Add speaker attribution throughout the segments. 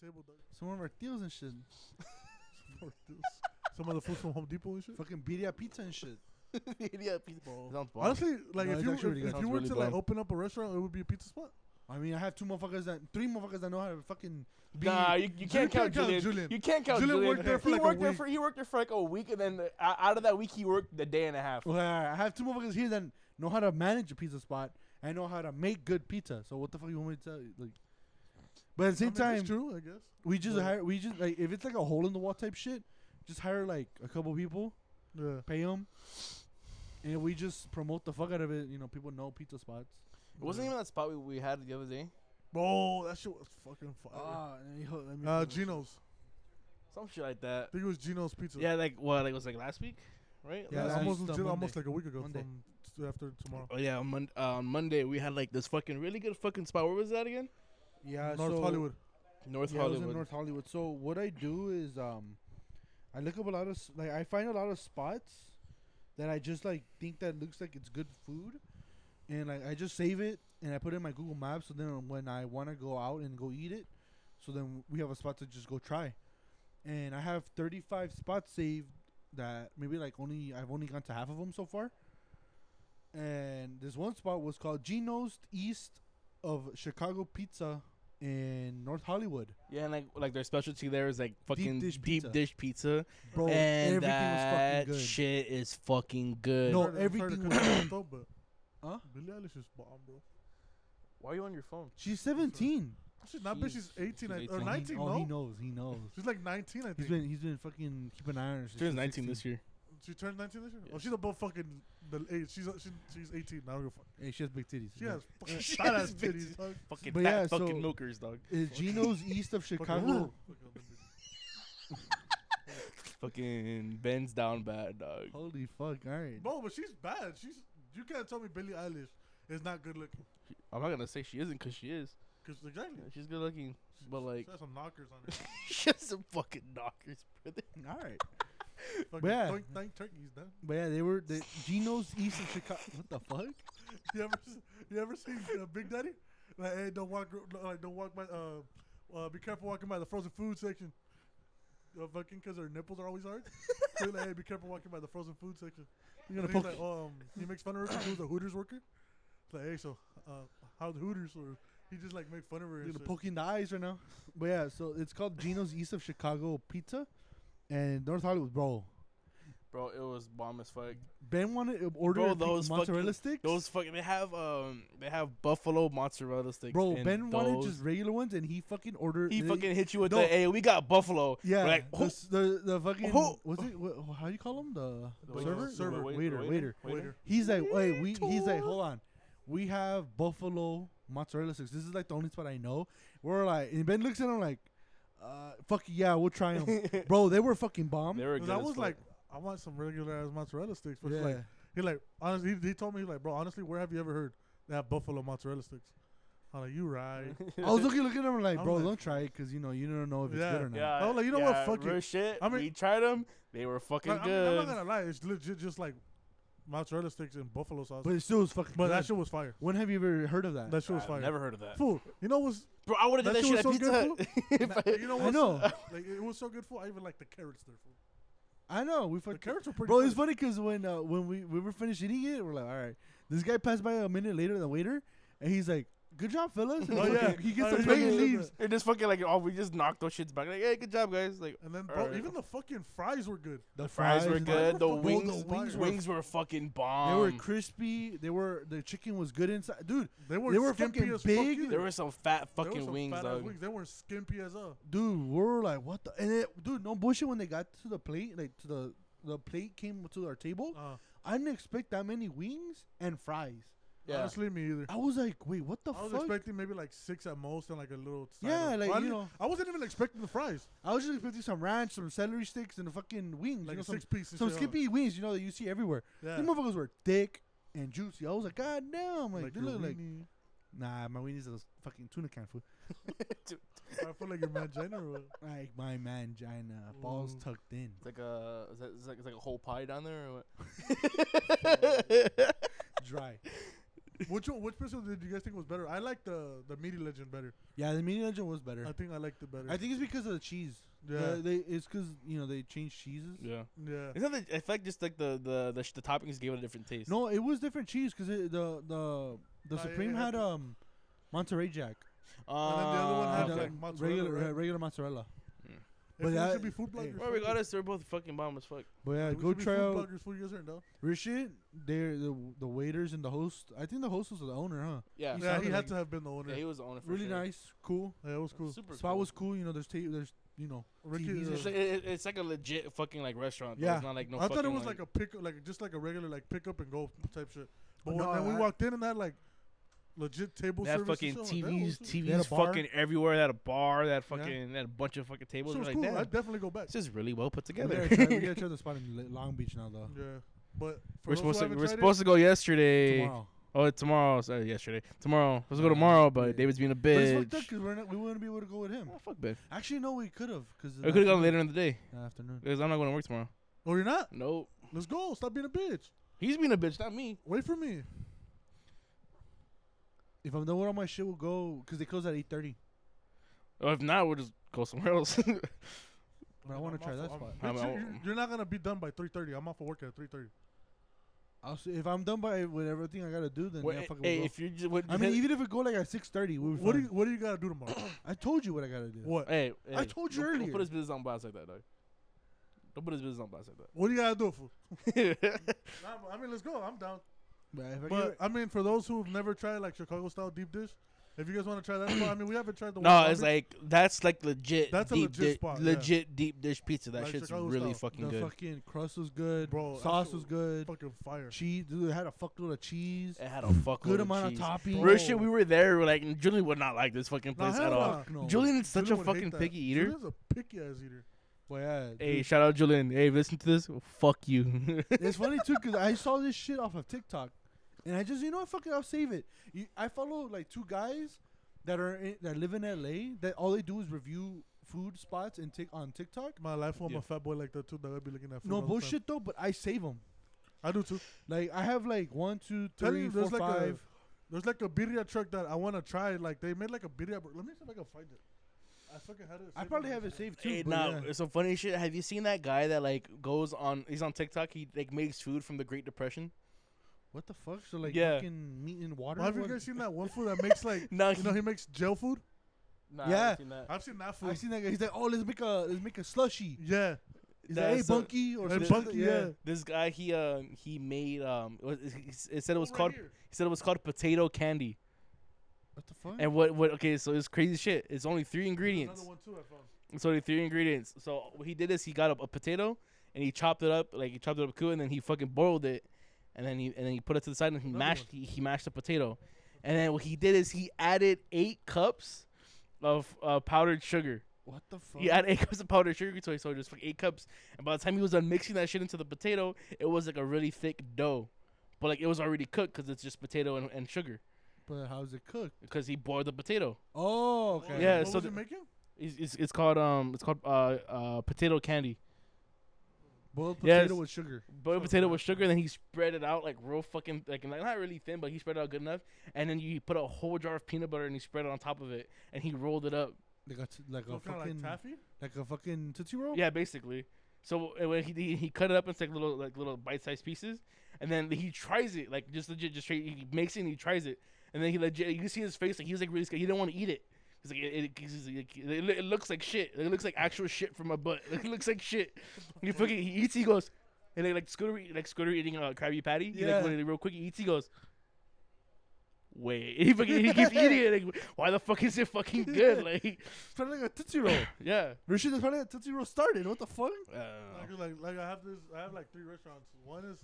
Speaker 1: table, dog.
Speaker 2: Some of our deals and shit.
Speaker 1: Some of the food's from Home Depot and shit.
Speaker 2: Fucking birria pizza and shit.
Speaker 3: yeah, pizza.
Speaker 1: Bro.
Speaker 3: Sounds bomb.
Speaker 2: Honestly, like
Speaker 1: No,
Speaker 2: if
Speaker 1: it's
Speaker 2: you
Speaker 1: actually
Speaker 2: if,
Speaker 1: really
Speaker 2: if
Speaker 1: good.
Speaker 2: you
Speaker 3: Sounds
Speaker 2: were
Speaker 3: really
Speaker 2: to like
Speaker 3: bomb.
Speaker 2: open up a restaurant, it would be a pizza spot.
Speaker 1: I
Speaker 2: I mean, I have two motherfuckers that three motherfuckers that know how to fucking be
Speaker 3: Nah, you, you can't count Julian. You can't count
Speaker 2: Julian
Speaker 3: Julian.
Speaker 2: worked there for
Speaker 3: he
Speaker 2: like a
Speaker 3: worked there
Speaker 2: week.
Speaker 3: for he worked there for like a week, and then uh, out of that week he worked the day and a half.
Speaker 2: Well, I have two motherfuckers here that know how to manage a pizza spot and know how to make good pizza. So what the fuck you want me to tell you? Like, but at the same
Speaker 1: mean,
Speaker 2: time,
Speaker 1: it's true, I guess.
Speaker 2: we just
Speaker 1: Right.
Speaker 2: hire. We just like if it's like a hole in the wall type shit, just hire like a couple people,
Speaker 1: Yeah.
Speaker 2: pay them, and we just promote the fuck out of it. You know, people know pizza spots.
Speaker 3: It wasn't even that spot we, we had the other day.
Speaker 1: Bro, that shit was fucking fire.
Speaker 2: Ah, let me hold- let me-
Speaker 1: Uh, Gino's.
Speaker 3: Some shit like that.
Speaker 1: I think it was Gino's Pizza.
Speaker 3: Yeah, like what? Like it was like last week, right?
Speaker 1: Yeah,
Speaker 2: Yeah,
Speaker 3: Last-
Speaker 2: that's
Speaker 1: almost,
Speaker 2: Monday.
Speaker 1: legit, almost like a week ago
Speaker 2: Monday.
Speaker 1: from t- after tomorrow.
Speaker 3: Oh yeah, on, Mon- uh, on Monday we had like this fucking really good fucking spot. Where was that again?
Speaker 2: yeah,
Speaker 1: North
Speaker 2: so-
Speaker 1: Hollywood.
Speaker 3: North
Speaker 2: yeah, I was in
Speaker 3: Hollywood.
Speaker 2: North Hollywood. So what I do is um, I look up a lot of s- like I find a lot of spots that I just like think that looks like it's good food, and like I just save it and I put it in my Google Maps. So then when I want to go out and go eat it, so then we have a spot to just go try, and I have thirty five spots saved that maybe like only I've only gone to half of them so far. And this one spot was called Gino's East of Chicago Pizza in North Hollywood.
Speaker 3: Yeah, and like like their specialty there is like fucking deep
Speaker 2: dish
Speaker 3: dish
Speaker 2: pizza.
Speaker 3: pizza.
Speaker 2: Bro,
Speaker 3: and
Speaker 2: everything
Speaker 3: that
Speaker 2: was fucking
Speaker 3: shit is fucking good.
Speaker 2: No,
Speaker 1: Sorry to- sorry to
Speaker 2: everything
Speaker 1: cut
Speaker 2: was-
Speaker 1: you off though, but
Speaker 2: Huh?
Speaker 1: Billie Eilish is bomb, bro.
Speaker 3: Why are you on your phone?
Speaker 2: good. She's 17.
Speaker 1: She's not, bitch.
Speaker 3: She's-
Speaker 1: She's 18 I-
Speaker 3: she's
Speaker 1: or
Speaker 3: 18.
Speaker 1: 19,
Speaker 2: oh,
Speaker 1: no?
Speaker 2: he knows. He knows.
Speaker 1: She's like 19, I
Speaker 2: He's
Speaker 1: think.
Speaker 2: been he's been fucking keeping an eye on her.
Speaker 3: Turns 19 this year.
Speaker 1: she turned 19 this year?
Speaker 3: Yeah.
Speaker 1: Oh, she's above fucking the age. She's, she's, she's 18. I don't give a fuck.
Speaker 2: Hey, she has big titties.
Speaker 1: She has fucking
Speaker 3: She
Speaker 1: fat
Speaker 3: has
Speaker 1: ass
Speaker 3: big
Speaker 1: titties, dog.
Speaker 3: Fucking
Speaker 2: But
Speaker 3: fat
Speaker 2: yeah,
Speaker 3: fucking
Speaker 2: so-
Speaker 3: milkers, dog.
Speaker 2: Is Uh, Gino's east of Chicago?
Speaker 1: Fucking-
Speaker 3: Fucking bends down bad, dog.
Speaker 2: Holy fuck! All right.
Speaker 1: No, but she's bad. She's you can't tell me Billie Eilish is not good looking.
Speaker 3: I'm not gonna say she isn't because she is.
Speaker 1: Cause exactly,
Speaker 3: She's good looking, but like
Speaker 1: she has some knockers on her.
Speaker 3: she has some fucking knockers, brother.
Speaker 2: All right.
Speaker 1: Fucking
Speaker 2: Yeah.
Speaker 1: doink, doink, turkeys, dog.
Speaker 2: But yeah, they were the Gino's east of Chicago. What the fuck?
Speaker 1: You ever s- you ever seen uh, Big Daddy? Like, hey, don't walk, like, don't walk by. Uh, uh, be careful walking by the frozen food section. Uh, fucking, cause her nipples are always hard. So, like, hey, be careful walking by the frozen food section.
Speaker 2: You're
Speaker 1: And
Speaker 2: gonna
Speaker 1: he's
Speaker 2: poke.
Speaker 1: like, um, he makes fun of her because she was a Hooters worker. It's like, hey, so uh, how the Hooters or he just like make fun of her.
Speaker 2: You're
Speaker 1: And
Speaker 2: gonna
Speaker 1: shit.
Speaker 2: poke you in the eyes right now. But yeah, so it's called Gino's east of Chicago Pizza, and North Hollywood, bro.
Speaker 3: Bro, it was bomb as fuck.
Speaker 2: Ben wanted order
Speaker 3: Bro, those
Speaker 2: mozzarella
Speaker 3: fucking-
Speaker 2: sticks.
Speaker 3: Those fucking they have um they have buffalo mozzarella sticks.
Speaker 2: Bro,
Speaker 3: and
Speaker 2: Ben wanted
Speaker 3: those-
Speaker 2: just regular ones, and he fucking ordered.
Speaker 3: he
Speaker 2: they-
Speaker 3: fucking hit you with
Speaker 2: No.
Speaker 3: the hey, we got buffalo.
Speaker 2: yeah.
Speaker 3: We're like,
Speaker 2: the,
Speaker 3: who-
Speaker 2: s- the the fucking
Speaker 3: Who-
Speaker 2: what's it? What, how do you call him? The,
Speaker 3: The wait-
Speaker 2: server,
Speaker 1: wait- server,
Speaker 3: wait-
Speaker 2: waiter, waiter,
Speaker 1: Waiter.
Speaker 2: He's like, wait, we. He's like, hold on, we have buffalo mozzarella sticks. This is like the only spot I know. We're like, and Ben looks at him like, uh, fuck yeah, we'll try them, bro. They were fucking bomb.
Speaker 3: They were
Speaker 1: Cause
Speaker 3: good
Speaker 1: I
Speaker 3: as
Speaker 1: was
Speaker 3: fuck.
Speaker 1: like, I want some regular ass mozzarella sticks. But
Speaker 2: yeah.
Speaker 1: like, he like honestly, he, he told me he like, bro, honestly, where have you ever heard they have buffalo mozzarella sticks? I'm like, you right?
Speaker 2: I was looking, looking at him like,
Speaker 1: I'm
Speaker 2: bro,
Speaker 1: like-
Speaker 2: don't try it because you know you don't know if it's
Speaker 1: Yeah.
Speaker 2: good or not.
Speaker 3: yeah,
Speaker 1: I was like, you know what,
Speaker 3: yeah,
Speaker 1: fuck it.
Speaker 3: real shit.
Speaker 1: I
Speaker 3: I
Speaker 1: mean-
Speaker 3: mean, we tried them. They were fucking
Speaker 1: Like, I
Speaker 3: good.
Speaker 1: am not gonna lie, it's legit just like mozzarella sticks and buffalo sauce.
Speaker 2: But
Speaker 1: But,
Speaker 2: it still was fucking. good.
Speaker 1: that shit was fire.
Speaker 2: When have you ever heard of that?
Speaker 1: That shit was
Speaker 3: I've
Speaker 1: fire.
Speaker 3: never heard of that.
Speaker 1: Fool, you know what's
Speaker 3: Bro, I would have
Speaker 1: That
Speaker 3: done
Speaker 1: shit
Speaker 3: that,
Speaker 1: was
Speaker 3: shit
Speaker 1: so
Speaker 3: at
Speaker 1: good,
Speaker 3: Pizza Hut. If I-
Speaker 1: you know
Speaker 2: I
Speaker 1: what's
Speaker 2: know.
Speaker 1: like it was so good fool. I even like the carrots there fool.
Speaker 2: I know we
Speaker 1: The
Speaker 2: fucking.
Speaker 1: carrots were pretty.
Speaker 2: Bro,
Speaker 1: good.
Speaker 2: it's funny because when uh, when we, we were finished eating it, we're like, all right. This guy passed by a minute later, the waiter, and he's like, "Good job, fellas." And
Speaker 1: Oh,
Speaker 2: fucking-
Speaker 1: yeah.
Speaker 2: he gets
Speaker 1: Oh,
Speaker 2: the
Speaker 1: yeah,
Speaker 2: plate
Speaker 1: yeah,
Speaker 2: and
Speaker 1: yeah.
Speaker 2: leaves.
Speaker 3: They're just fucking like, oh, we just knocked those shits back. Like, hey, good job, guys. Like,
Speaker 1: And then bro,
Speaker 3: Alright.
Speaker 1: even the fucking fries were good.
Speaker 2: The
Speaker 3: fries were
Speaker 2: and
Speaker 3: good. The
Speaker 1: Bro, the
Speaker 3: wings,
Speaker 1: wings
Speaker 3: wings,
Speaker 1: were-
Speaker 3: were fucking
Speaker 2: They
Speaker 3: bomb.
Speaker 2: were crispy. They were the chicken was good inside, dude.
Speaker 1: They were
Speaker 2: They were
Speaker 1: skimpy
Speaker 2: fucking
Speaker 1: as
Speaker 2: big.
Speaker 1: Fuck
Speaker 3: There were some fat fucking wings,
Speaker 1: fat
Speaker 3: dog.
Speaker 1: wings. They weren't skimpy as a.
Speaker 2: Dude, we were like, what the? And it, dude, no bullshit. When they got to the plate, like to the the plate came to our table.
Speaker 1: Uh,
Speaker 2: I didn't expect that many wings and fries.
Speaker 3: Yeah.
Speaker 1: Honestly, me either.
Speaker 2: I was like, wait, what the
Speaker 1: I was
Speaker 2: fuck?
Speaker 1: expecting maybe like six at most and like a little. side
Speaker 2: Yeah,
Speaker 1: of-
Speaker 2: like,
Speaker 1: I
Speaker 2: you
Speaker 1: didn't-
Speaker 2: know.
Speaker 1: I wasn't even expecting the fries.
Speaker 2: I was just expecting some ranch, some celery sticks, and the fucking wings.
Speaker 1: Like
Speaker 2: you know,
Speaker 1: a
Speaker 2: some
Speaker 1: six piece. and
Speaker 2: some
Speaker 1: shit, huh?
Speaker 2: skippy wings, you know, that you see everywhere.
Speaker 1: Yeah.
Speaker 2: These motherfuckers were thick and juicy. I was like, God damn, like,
Speaker 1: Like
Speaker 2: they
Speaker 1: your
Speaker 2: look like
Speaker 1: weenie.
Speaker 2: nah, my weenies are those fucking tuna can food.
Speaker 1: I feel like your mangina. was-
Speaker 2: Like my mangina, balls
Speaker 1: Ooh.
Speaker 2: tucked in.
Speaker 3: It's like a, is that, is like, it's like a whole pie down there. Or what?
Speaker 2: Dry.
Speaker 1: Which one, which person did you guys think was better? I like the the meaty legend better.
Speaker 2: Yeah, the mini legend was better.
Speaker 1: I think I liked it better.
Speaker 2: I think it's because of the cheese.
Speaker 1: Yeah.
Speaker 2: Yeah, they, it's because you know they changed cheeses.
Speaker 3: Yeah.
Speaker 1: yeah.
Speaker 3: It's not that, I feel like just like the the the, sh- the toppings gave it a different taste.
Speaker 2: No, it was different cheese because the the the
Speaker 1: Nah,
Speaker 2: supreme
Speaker 1: it had
Speaker 2: had
Speaker 1: the-
Speaker 2: um Monterey Jack,
Speaker 1: then
Speaker 3: Uh,
Speaker 1: the other one had Ah,
Speaker 2: And,
Speaker 1: okay.
Speaker 2: um,
Speaker 1: like mozzarella,
Speaker 2: regular
Speaker 1: right?
Speaker 2: uh, regular mozzarella.
Speaker 1: Hey, fool,
Speaker 2: but
Speaker 1: we
Speaker 2: that-
Speaker 1: should be food bloggers.
Speaker 2: hey. uh,
Speaker 3: well,
Speaker 1: fool.
Speaker 3: regardless, they're both fucking bomb as fuck.
Speaker 2: But yeah,
Speaker 1: We
Speaker 2: go
Speaker 1: should be
Speaker 2: try
Speaker 1: food
Speaker 2: out
Speaker 1: bloggers. Fool, you guys aren't down.
Speaker 2: Rishit. They're the the waiters and the host. I think the host was the owner, huh?
Speaker 3: Yeah.
Speaker 2: He
Speaker 1: Yeah, he
Speaker 2: sounded
Speaker 1: had
Speaker 2: like-
Speaker 1: to have been the owner.
Speaker 3: Yeah, he was the owner. For
Speaker 2: really
Speaker 3: sure.
Speaker 2: nice, cool.
Speaker 1: Yeah, it was cool.
Speaker 3: Super
Speaker 2: Spot
Speaker 3: cool.
Speaker 2: was cool. You know, there's ta- there's you know
Speaker 1: Ricky,
Speaker 2: TVs
Speaker 1: uh,
Speaker 2: and
Speaker 3: It's like, it- it's like a legit fucking like restaurant. though.
Speaker 2: Yeah.
Speaker 3: It's not like no.
Speaker 1: I thought it
Speaker 3: fucking,
Speaker 1: was like, a pick, like just like a regular like pick up and go type shit. But
Speaker 2: No,
Speaker 1: when, then we
Speaker 2: I-
Speaker 1: walked in and had like legit table
Speaker 3: That
Speaker 1: service.
Speaker 3: fucking
Speaker 1: and shit, I'm like,
Speaker 3: TVs,
Speaker 1: that was-
Speaker 2: They had
Speaker 3: TVs,
Speaker 2: a bar.
Speaker 3: fucking everywhere. That a bar, that
Speaker 1: Yeah.
Speaker 3: fucking, that a bunch of fucking tables.
Speaker 1: shit was
Speaker 3: like
Speaker 1: cool.
Speaker 3: "Damn,
Speaker 1: I'd definitely go back.
Speaker 3: It's just really well put
Speaker 2: We
Speaker 3: together.
Speaker 2: gotta, try, we gotta try the spot in Li- Long Beach now though.
Speaker 1: Yeah, but for those
Speaker 3: we're
Speaker 1: who
Speaker 3: supposed to
Speaker 1: haven't
Speaker 3: we're
Speaker 1: tried it,
Speaker 3: supposed to go yesterday.
Speaker 2: Tomorrow.
Speaker 3: Oh, it's tomorrow. Sorry, yesterday. Tomorrow. Let's go
Speaker 2: Uh,
Speaker 3: tomorrow, but
Speaker 2: yeah.
Speaker 3: David's being a
Speaker 2: But it's fucked
Speaker 3: bitch.
Speaker 2: up because we're not, we wouldn't be able to go with him.
Speaker 3: Oh, fuck, Ben.
Speaker 2: Actually, no, we could have because
Speaker 3: I could have gone later in the day
Speaker 2: afternoon.
Speaker 3: because I'm not going to work tomorrow.
Speaker 1: Oh, you're not.
Speaker 3: Nope.
Speaker 1: Let's go. Stop being a bitch.
Speaker 3: He's being a bitch, not me.
Speaker 1: Wait for me.
Speaker 2: If I'm done with all my shit, we'll go because they close at eight thirty.
Speaker 3: Or Oh, if not, we'll just go somewhere else.
Speaker 2: But I want
Speaker 1: I'm
Speaker 2: to try
Speaker 1: off-
Speaker 2: that
Speaker 1: I'm-
Speaker 2: spot.
Speaker 1: bitch,
Speaker 3: I'm
Speaker 1: you-
Speaker 3: out.
Speaker 1: you're- you're not gonna be done by 3:30. I'm off of work at 3:30.
Speaker 2: I'll see, if I'm done by with everything I gotta do, then
Speaker 3: Wait,
Speaker 2: yeah, fuck it,
Speaker 3: hey,
Speaker 2: we'll go.
Speaker 3: if you're just, what,
Speaker 2: I mean, even if we go like at six thirty, we'll be
Speaker 1: What do
Speaker 2: fine.
Speaker 1: you What do you gotta do tomorrow?
Speaker 2: I told you what I gotta do.
Speaker 1: what
Speaker 3: hey,
Speaker 2: I
Speaker 3: hey,
Speaker 2: told you
Speaker 3: don't, Don't
Speaker 2: earlier.
Speaker 3: put his business on blast like that, dog. Don't put his business on blast like
Speaker 1: What do you gotta do? Fool?
Speaker 3: that.
Speaker 1: I'm- I mean, let's go. I'm down.
Speaker 2: But if I
Speaker 1: But
Speaker 2: get-
Speaker 1: I mean, for those who've never tried like Chicago style deep dish, if you guys want to try that, spot, I mean, we haven't tried the one
Speaker 3: no,
Speaker 1: in
Speaker 3: it's
Speaker 1: Long Beach.
Speaker 3: like that's like legit.
Speaker 1: That's a
Speaker 3: deep
Speaker 1: legit
Speaker 3: di-
Speaker 1: spot, yeah.
Speaker 3: Legit deep dish pizza. That
Speaker 1: Like
Speaker 3: shit's
Speaker 1: Chicago
Speaker 3: really
Speaker 1: style.
Speaker 3: fucking
Speaker 2: the
Speaker 3: good.
Speaker 2: fucking crust was good,
Speaker 1: Bro,
Speaker 2: Sauce
Speaker 1: actual-
Speaker 2: was good.
Speaker 1: fucking fire.
Speaker 2: Cheese, dude, it had a fuckload of cheese.
Speaker 3: it had a fuck
Speaker 2: Good amount
Speaker 3: cheese.
Speaker 2: of toppings.
Speaker 3: Real shit, we were there. We're like, Julian would not like this fucking
Speaker 1: Nah,
Speaker 3: place
Speaker 1: hell
Speaker 3: at all.
Speaker 1: nah.
Speaker 2: Fuck no.
Speaker 3: Julian is such
Speaker 1: Julian
Speaker 3: a
Speaker 1: would hate
Speaker 3: fucking
Speaker 1: that.
Speaker 3: picky eater.
Speaker 1: Julian's a picky ass eater.
Speaker 2: Well, yeah,
Speaker 3: Hey,
Speaker 2: dude.
Speaker 3: shout out Julian. Hey, if you listen to this. Fuck you.
Speaker 2: it's funny too because I saw this shit off of TikTok, and I just you know what, fuck it, I'll save it. You, I follow like two guys that are in, that live in LA that all they do is review food spots and tick on TikTok.
Speaker 1: My life, I'm
Speaker 3: Yeah.
Speaker 1: a fat boy like that too. That I'd be looking at. food all the
Speaker 2: No
Speaker 1: time.
Speaker 2: bullshit though, but I save them.
Speaker 1: I do too.
Speaker 2: Like I have like one, two,
Speaker 1: Tell
Speaker 2: three,
Speaker 1: you,
Speaker 2: four,
Speaker 1: there's
Speaker 2: five.
Speaker 1: like a there's like a birria truck that I want to try. Like they made like a birria. bur- Let me see if I can find it. I fucking had it.
Speaker 2: I
Speaker 1: saved
Speaker 2: probably
Speaker 1: on
Speaker 2: have
Speaker 1: my
Speaker 2: it
Speaker 1: phone.
Speaker 2: saved too.
Speaker 3: hey,
Speaker 2: but
Speaker 3: now
Speaker 2: yeah.
Speaker 3: it's some funny shit. Have you seen that guy that like goes on? He's on TikTok. He like makes food from the Great Depression.
Speaker 2: What the fuck? So like
Speaker 3: Yeah.
Speaker 2: fucking meat and water.
Speaker 1: Well, have you
Speaker 2: What-
Speaker 1: guys seen that one food that makes like
Speaker 3: No,
Speaker 1: you know he makes jail food?
Speaker 3: nah,
Speaker 2: I Yeah. haven't
Speaker 1: I've seen that food.
Speaker 2: I've seen that guy. He's like, oh, let's make a let's make a slushy.
Speaker 1: yeah,
Speaker 2: He's like, hey,
Speaker 3: That's a-
Speaker 2: Bunky or
Speaker 1: Hey,
Speaker 2: something.
Speaker 1: Bunky, yeah.
Speaker 3: This guy, he um, he made um, it, was, it, it said it was
Speaker 1: Right
Speaker 3: called.
Speaker 1: here.
Speaker 3: He said it was called potato candy.
Speaker 2: What the fuck?
Speaker 3: And what what? Okay, so it's crazy shit. It's only three ingredients.
Speaker 1: Another one too. I found.
Speaker 3: It's only three ingredients. So what he did is he got up a potato and he chopped it up like he chopped it up cool, and then he fucking boiled it, and then he and then he put it to the side and he
Speaker 1: Another
Speaker 3: mashed he, he mashed the potato, and then what he did is he added eight cups of uh, powdered sugar.
Speaker 2: What the fuck?
Speaker 3: He added eight cups of powdered sugar to it, so just like eight cups. And by the time he was done mixing that shit into the potato, it was like a really thick dough, but like it was already cooked because it's just potato and, and sugar
Speaker 2: But how's it cooked?
Speaker 3: because he boiled the potato.
Speaker 2: Oh,
Speaker 1: Oh,
Speaker 2: okay.
Speaker 3: Yeah,
Speaker 1: What
Speaker 3: so
Speaker 1: was
Speaker 3: the-
Speaker 1: it making?
Speaker 3: It's, it's, it's called um it's called uh, uh potato candy.
Speaker 2: Boiled
Speaker 3: Yeah,
Speaker 2: potato
Speaker 3: it's-
Speaker 2: with sugar.
Speaker 3: boiled
Speaker 1: Sounds
Speaker 3: potato
Speaker 1: bad.
Speaker 3: with sugar, and then he spread it out like real fucking like like, not really thin, but he spread it out good enough. And then you put a whole jar of peanut butter and he spread it on top of it, and he rolled it up.
Speaker 2: Like a t- like
Speaker 1: So
Speaker 2: a
Speaker 1: kind of
Speaker 2: fucking
Speaker 1: like
Speaker 2: like,
Speaker 1: taffy.
Speaker 2: a fucking tootsie roll.
Speaker 3: Yeah, basically. So uh, when he, he he cut it up into like little like little bite sized pieces, and then he tries it like just legit just straight. He makes it and he tries it, and then he legit you can see his face like he was like really scared. He didn't want to eat it. He's like, it, it, 'cause he's like, it, loo- it looks like shit. It looks like actual shit from my butt. Like, it looks like shit. He fucking he eats. He goes, and like like Scooter eat- like Scooter eating a uh, Krabby Patty. He,
Speaker 2: Yeah.
Speaker 3: like, really, real quick, he eats. He goes, wait. He fucking he keeps eating it. Like, why the fuck is it fucking good? Like,
Speaker 2: It's probably like a tootsie roll.
Speaker 3: yeah.
Speaker 2: Richard, that's probably how tootsie roll started. What the fuck?
Speaker 3: Uh,
Speaker 1: Like, like like I have this. I have like three restaurants. One is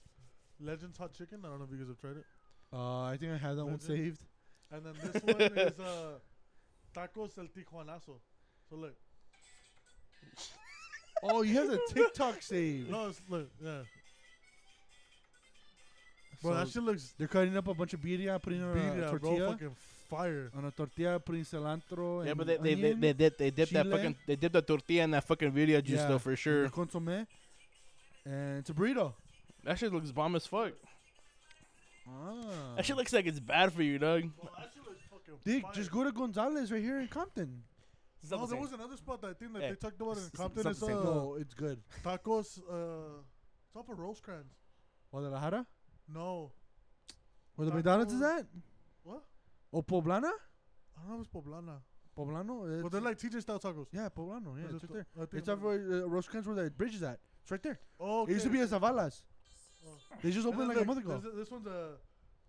Speaker 1: Legends Hot Chicken. I don't know if you guys have tried it.
Speaker 2: Uh, I think I had that one
Speaker 1: That's it.
Speaker 2: saved.
Speaker 1: And then this one is uh, Tacos El Tijuanazo. So look,
Speaker 2: Oh, you have the TikTok saved.
Speaker 1: no, it's, look, yeah, bro,
Speaker 2: So
Speaker 1: that shit looks
Speaker 2: they're cutting up a bunch of birria, putting it on a
Speaker 1: birria,
Speaker 2: tortilla,
Speaker 1: bro, fucking fire.
Speaker 2: on a tortilla, putting cilantro.
Speaker 3: Yeah,
Speaker 2: and
Speaker 3: but they they, they
Speaker 2: onion,
Speaker 3: they dip they dip that
Speaker 2: chile.
Speaker 3: fucking they dip that tortilla in that fucking video juice
Speaker 2: Yeah.
Speaker 3: though for
Speaker 2: and
Speaker 3: sure.
Speaker 2: the consomme, and it's a burrito.
Speaker 3: That shit looks bomb as fuck.
Speaker 2: Ah.
Speaker 3: That shit looks like it's bad for you, dog.
Speaker 1: Well, that shit was fucking
Speaker 2: Dick,
Speaker 1: fire.
Speaker 2: just go to Gonzalez right here in Compton.
Speaker 3: It's not
Speaker 1: No, there
Speaker 3: the same. Eh,
Speaker 1: was another spot that I think that
Speaker 3: Yeah.
Speaker 1: they talked about in
Speaker 2: It's-
Speaker 1: Compton. It's,
Speaker 2: not the same.
Speaker 1: uh,
Speaker 2: no, it's good.
Speaker 1: tacos. Uh, it's off of Rosecrans.
Speaker 2: Guadalajara?
Speaker 1: No,
Speaker 2: Where the McDonald's is
Speaker 1: Tacos.
Speaker 2: at?
Speaker 1: what?
Speaker 2: Oh, Poblana?
Speaker 1: I don't know. if It's Poblana.
Speaker 2: Poblano?
Speaker 1: But
Speaker 2: It's-
Speaker 1: they're like TJ style tacos.
Speaker 2: yeah, Poblano. Yeah,
Speaker 1: Or
Speaker 2: it's
Speaker 1: just-
Speaker 2: right there.
Speaker 1: I think
Speaker 2: It's
Speaker 1: that-
Speaker 2: off where uh, Rosecrans where the bridge is at. It's right there.
Speaker 1: Oh,
Speaker 2: It used to be a Zavala's.
Speaker 1: Oh.
Speaker 2: They just
Speaker 1: And
Speaker 2: opened it
Speaker 1: then
Speaker 2: like a
Speaker 1: look,
Speaker 2: month ago.
Speaker 1: This, this one's a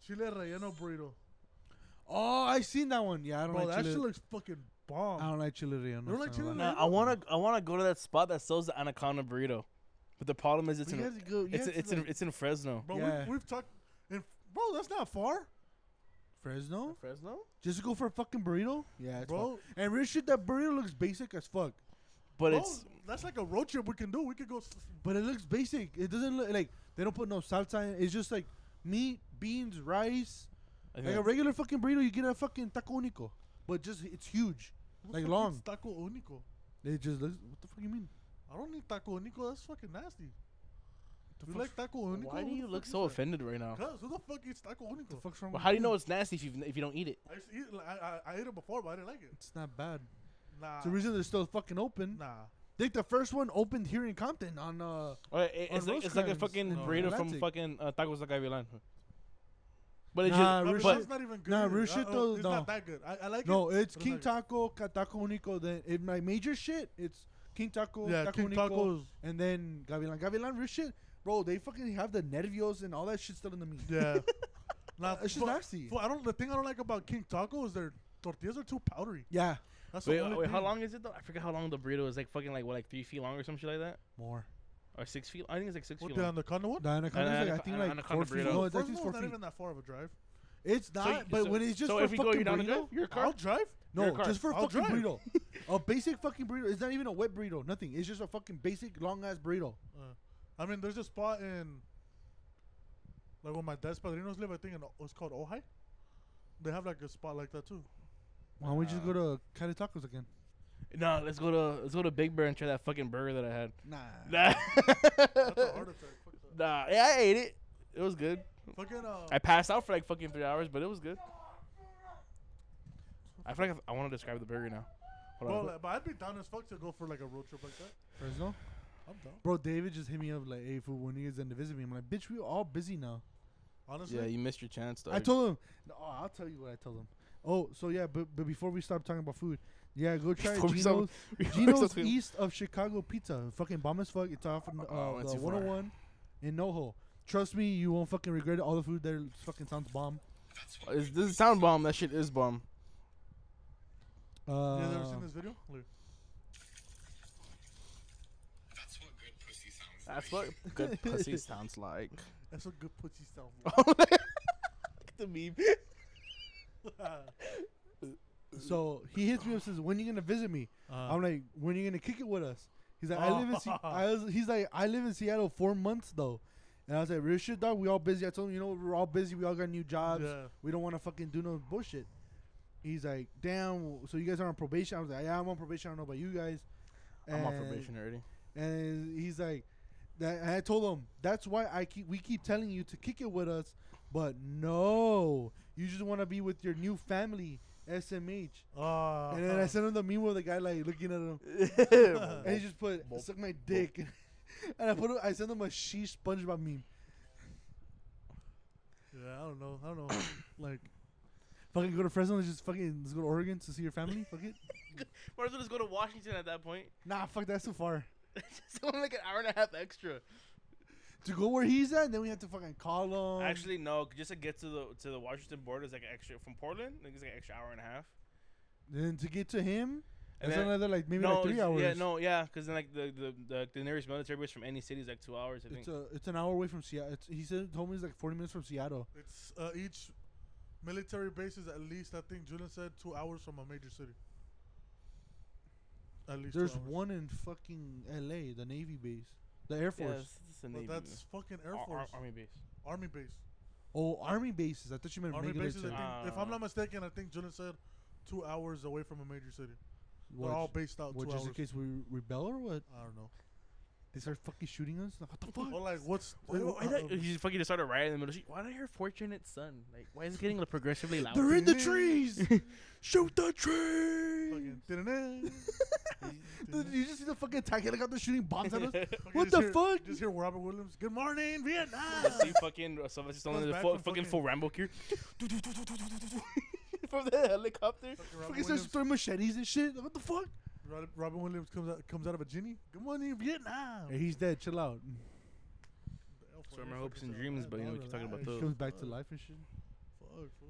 Speaker 1: chile relleno burrito.
Speaker 2: Oh, I seen that one. Yeah, I don't
Speaker 1: Bro,
Speaker 2: like
Speaker 1: that shit
Speaker 2: chili.
Speaker 1: looks fucking bomb.
Speaker 2: I don't like chili relleno.
Speaker 1: You don't like
Speaker 2: so I
Speaker 1: chili
Speaker 3: Nah, I wanna I wanna go to that spot that sells the anaconda burrito, but the problem is it's
Speaker 2: But you
Speaker 3: in
Speaker 2: have to go- you
Speaker 3: it's
Speaker 2: have to
Speaker 3: it's in
Speaker 2: like-
Speaker 3: it's in Fresno.
Speaker 1: Bro,
Speaker 2: Yeah.
Speaker 1: we've, we've talked. In, bro, that's not far.
Speaker 2: Fresno?
Speaker 3: Fresno?
Speaker 2: Just to go for a fucking burrito? Yeah, it's
Speaker 1: Bro.
Speaker 2: bro. And real shit, that burrito looks basic as fuck.
Speaker 3: But
Speaker 1: Bro,
Speaker 3: it's
Speaker 1: that's like a road trip we can do. We could go. s-
Speaker 2: But it looks basic. It doesn't look like they don't put no salsa. In. it. It's just like meat, beans, rice,
Speaker 3: I
Speaker 2: like a
Speaker 3: think
Speaker 2: regular fucking burrito. You get a fucking taco único, but just it's huge.
Speaker 1: what
Speaker 2: Like
Speaker 1: the fuck
Speaker 2: long.
Speaker 1: is Taco único.
Speaker 2: It just looks. What the fuck you mean?
Speaker 1: I don't need taco único. That's fucking nasty.
Speaker 2: The
Speaker 1: You
Speaker 2: fuck-
Speaker 1: like taco único?
Speaker 3: why do
Speaker 1: What
Speaker 3: you
Speaker 1: the
Speaker 3: look
Speaker 1: fuck
Speaker 3: so
Speaker 1: is that?
Speaker 3: offended right now?
Speaker 1: Cause who the fuck eats taco único?
Speaker 2: The fuck's wrong?
Speaker 3: Well,
Speaker 2: with
Speaker 3: how do you
Speaker 2: you?
Speaker 3: know it's nasty if you if you don't eat it?
Speaker 1: I, used to eat, like, I, I, I ate it before, but I didn't like it.
Speaker 2: It's not bad.
Speaker 1: Nah.
Speaker 2: It's the reason they're still fucking open.
Speaker 1: Nah. I
Speaker 2: I think the first one opened here in Compton on uh.
Speaker 3: Or it- it-
Speaker 2: On
Speaker 3: it's, like, it's like a
Speaker 2: Rosecrans
Speaker 3: fucking
Speaker 2: and
Speaker 3: burrito from
Speaker 2: Atlantic.
Speaker 3: fucking uh, Tacos La Gavilan. But it's
Speaker 2: Nah,
Speaker 1: mean,
Speaker 3: just
Speaker 2: real
Speaker 3: but,
Speaker 1: that's not even good.
Speaker 2: nah,
Speaker 1: either.
Speaker 2: real
Speaker 1: I-
Speaker 2: shit
Speaker 1: I-
Speaker 2: though,
Speaker 1: It's
Speaker 2: no.
Speaker 1: not that good. I, I like
Speaker 2: No,
Speaker 1: it.
Speaker 2: it's
Speaker 1: but
Speaker 2: King
Speaker 1: not good.
Speaker 2: Taco, ca- Taco Unico. Then it, my major shit, it's King Taco,
Speaker 1: Yeah,
Speaker 2: Taco
Speaker 1: King
Speaker 2: Unico,
Speaker 1: Tacos.
Speaker 2: and then Gavilan. Gavilan, real shit, bro. They fucking have the nervios and all that shit still in the meat.
Speaker 1: Yeah. nah,
Speaker 2: It's just
Speaker 1: but-
Speaker 2: nasty.
Speaker 1: but I don't. The thing I don't like about King Taco is their tortillas are too powdery.
Speaker 2: Yeah,
Speaker 1: That's the only
Speaker 3: wait, wait, how
Speaker 1: thing.
Speaker 3: long is it though? I forget how long the burrito is. Like fucking like what like three feet long or some shit like that,
Speaker 2: more.
Speaker 3: or six feet. I think it's like six
Speaker 1: What
Speaker 3: feet
Speaker 1: the
Speaker 3: long.
Speaker 1: anaconda one?
Speaker 2: The
Speaker 3: An-
Speaker 2: anaconda, is
Speaker 3: anaco-
Speaker 2: like, I think
Speaker 3: an-
Speaker 2: like
Speaker 3: anaconda
Speaker 2: four feet.
Speaker 3: burrito.
Speaker 2: No,
Speaker 1: No,
Speaker 2: it's
Speaker 1: first
Speaker 2: actually
Speaker 1: of all,
Speaker 2: four
Speaker 1: it's not
Speaker 2: feet.
Speaker 1: even that far of a drive.
Speaker 2: It's not,
Speaker 3: y-
Speaker 2: but
Speaker 3: so-
Speaker 2: when it's just
Speaker 3: so
Speaker 2: for
Speaker 3: if we go,
Speaker 2: fucking
Speaker 3: you're down to
Speaker 2: burrito,
Speaker 3: go? Your
Speaker 1: I'll
Speaker 3: car?
Speaker 1: drive.
Speaker 3: Your
Speaker 2: no,
Speaker 3: car.
Speaker 2: just for a
Speaker 1: I'll
Speaker 2: fucking
Speaker 1: drive.
Speaker 2: burrito. a basic fucking burrito. It's not even a wet burrito. Nothing. It's just a fucking basic long ass burrito.
Speaker 1: Uh, I mean, there's a spot in, like where my dad's padrinos live. I think in, O- it's called Ojai. They have like a spot like that too.
Speaker 2: Why don't we just
Speaker 3: Nah.
Speaker 2: go to Cali Tacos again?
Speaker 3: No, let's go to let's go to Big Bear and try that fucking burger that I had.
Speaker 2: Nah.
Speaker 3: Nah,
Speaker 1: That's an artifact. Fuck that.
Speaker 3: nah. Yeah, I ate it. It was good.
Speaker 1: Fucking uh,
Speaker 3: I passed out for like fucking three hours, but it was good. I feel like I, want to describe the burger now. Hold
Speaker 1: bro,
Speaker 3: on.
Speaker 1: like, but I'd be down as fuck to go for like a road trip like that.
Speaker 2: Fresno.
Speaker 1: I'm down.
Speaker 2: Bro, David just hit me up like, "Hey, fool, when you guys done to visit me?" I'm like, "Bitch, we all busy now."
Speaker 1: Honestly,
Speaker 3: yeah, you missed your chance. Dog.
Speaker 2: I told him. No, oh, I'll tell you what I told him. Oh, so yeah, but, but before we stop talking about food, yeah, go try
Speaker 3: Before we
Speaker 2: Geno's.
Speaker 3: stop- Before we
Speaker 2: Gino's
Speaker 3: stop-
Speaker 2: east of Chicago pizza. Fucking bomb as fuck. It's off in, uh,
Speaker 3: Oh, went
Speaker 2: the
Speaker 3: too far.
Speaker 2: 101 in NoHo. Trust me, you won't fucking regret it. All the food there fucking sounds bomb.
Speaker 3: Is- this is sound bomb. That shit is bomb.
Speaker 2: Uh,
Speaker 1: you guys ever seen this video? Look.
Speaker 4: That's what good pussy sounds like.
Speaker 3: That's what good pussy sounds like.
Speaker 1: That's a good pussy sound.
Speaker 3: Look at the meme.
Speaker 2: So he hits me up says, "When you gonna visit me?"
Speaker 1: Uh-huh.
Speaker 2: I'm like, "When you gonna kick it with us?" He's like, "I live in." Se- I was, he's like, "I live in Seattle four months though," and I was like, "Real shit, dog. We all busy." I told him, "You know, we're all busy. We all got new jobs.
Speaker 1: Yeah.
Speaker 2: We don't want to fucking do no bullshit." He's like, "Damn. So you guys are on probation?" I was like, "Yeah, I'm on probation. I don't know about you guys."
Speaker 3: I'm on
Speaker 2: And-
Speaker 3: probation already.
Speaker 2: and he's like, that, and I told him that's why I keep we keep telling you to kick it with us, but no, you just want to be with your new family, SMH.
Speaker 1: Uh,
Speaker 2: And then I sent him the meme of the guy like looking at him, and he just put
Speaker 3: Mop.
Speaker 2: suck my dick, and I put him, I sent him a she SpongeBob meme.
Speaker 1: yeah, I don't know. I don't know. like,
Speaker 2: Fucking go to Fresno, let's just fucking let's go to Oregon to see your family. Fuck it.
Speaker 3: Might as well just go to Washington at that point.
Speaker 2: Nah, fuck that's too far.
Speaker 3: It's only like an hour and a half extra.
Speaker 2: To go where he's at, then we have to fucking call him.
Speaker 3: Actually, no. Just to get to the to the Washington border is like an extra from Portland. I think it's like an extra hour and a half.
Speaker 2: then to get to him,
Speaker 3: And
Speaker 2: that's
Speaker 3: then-
Speaker 2: another like maybe
Speaker 3: no,
Speaker 2: like three
Speaker 3: it's-
Speaker 2: hours.
Speaker 3: Yeah, no, yeah, because then like the the, the the nearest military base from any city is like two hours. I think.
Speaker 2: It's a, it's an hour away from Seattle. It's, he said told me it's like forty minutes from Seattle.
Speaker 1: it's uh, each military base is at least, I think Julian said, two hours from a major city. At least two
Speaker 2: There's
Speaker 1: hours.
Speaker 2: one in fucking L.A. The Navy base, the Air
Speaker 3: yeah,
Speaker 2: Force.
Speaker 3: it's- it's a
Speaker 1: But
Speaker 3: Navy
Speaker 1: that's fucking Air
Speaker 3: Ar- Ar-
Speaker 1: Force,
Speaker 3: Army base.
Speaker 1: Army base,
Speaker 2: Oh, Army bases. I thought you meant
Speaker 1: Army
Speaker 2: regular.
Speaker 1: bases. I
Speaker 2: too.
Speaker 1: think, if I'm
Speaker 3: Ah.
Speaker 1: not mistaken, I think Julian said two hours away from a major city. They're
Speaker 2: What,
Speaker 1: all based out
Speaker 2: what,
Speaker 1: two
Speaker 2: just
Speaker 1: hours.
Speaker 2: in case we rebel or what?
Speaker 1: I don't know.
Speaker 2: They start fucking shooting us. Like, what the fuck?
Speaker 1: Or like, what's
Speaker 3: Why,
Speaker 1: uh,
Speaker 3: why
Speaker 1: uh,
Speaker 3: not- he just fucking just started right in the middle. She- Why did I hear "Fortunate Son"? Like, why is it getting like, progressively louder?
Speaker 2: They're in the
Speaker 1: Yeah.
Speaker 2: trees. Shoot the tree.
Speaker 1: fucking da-da-da.
Speaker 2: Dude, you just see the fucking attack helicopter shooting bombs at us.
Speaker 1: Fucking
Speaker 2: What
Speaker 1: just
Speaker 2: the
Speaker 1: hear-
Speaker 2: fuck?
Speaker 1: Just hear Robert Williams. Good morning, Vietnam.
Speaker 3: See fucking uh, Sylvester Stallone
Speaker 1: Comes
Speaker 3: in the
Speaker 1: back
Speaker 3: full,
Speaker 1: from
Speaker 3: fucking
Speaker 1: fucking-
Speaker 3: full Rambo gear from the helicopter.
Speaker 1: Robert
Speaker 2: Fucking starts
Speaker 1: Williams,
Speaker 2: throwing machetes and shit. Like, what the fuck?
Speaker 1: Rob- Robin Williams comes out comes out of a genie. Good morning, Vietnam.
Speaker 2: Hey, he's dead. Chill out.
Speaker 3: So my hopes and dreams, but you know we keep talking about
Speaker 2: He
Speaker 3: those.
Speaker 2: comes back to life and shit.
Speaker 1: Uh, Fuck, fool.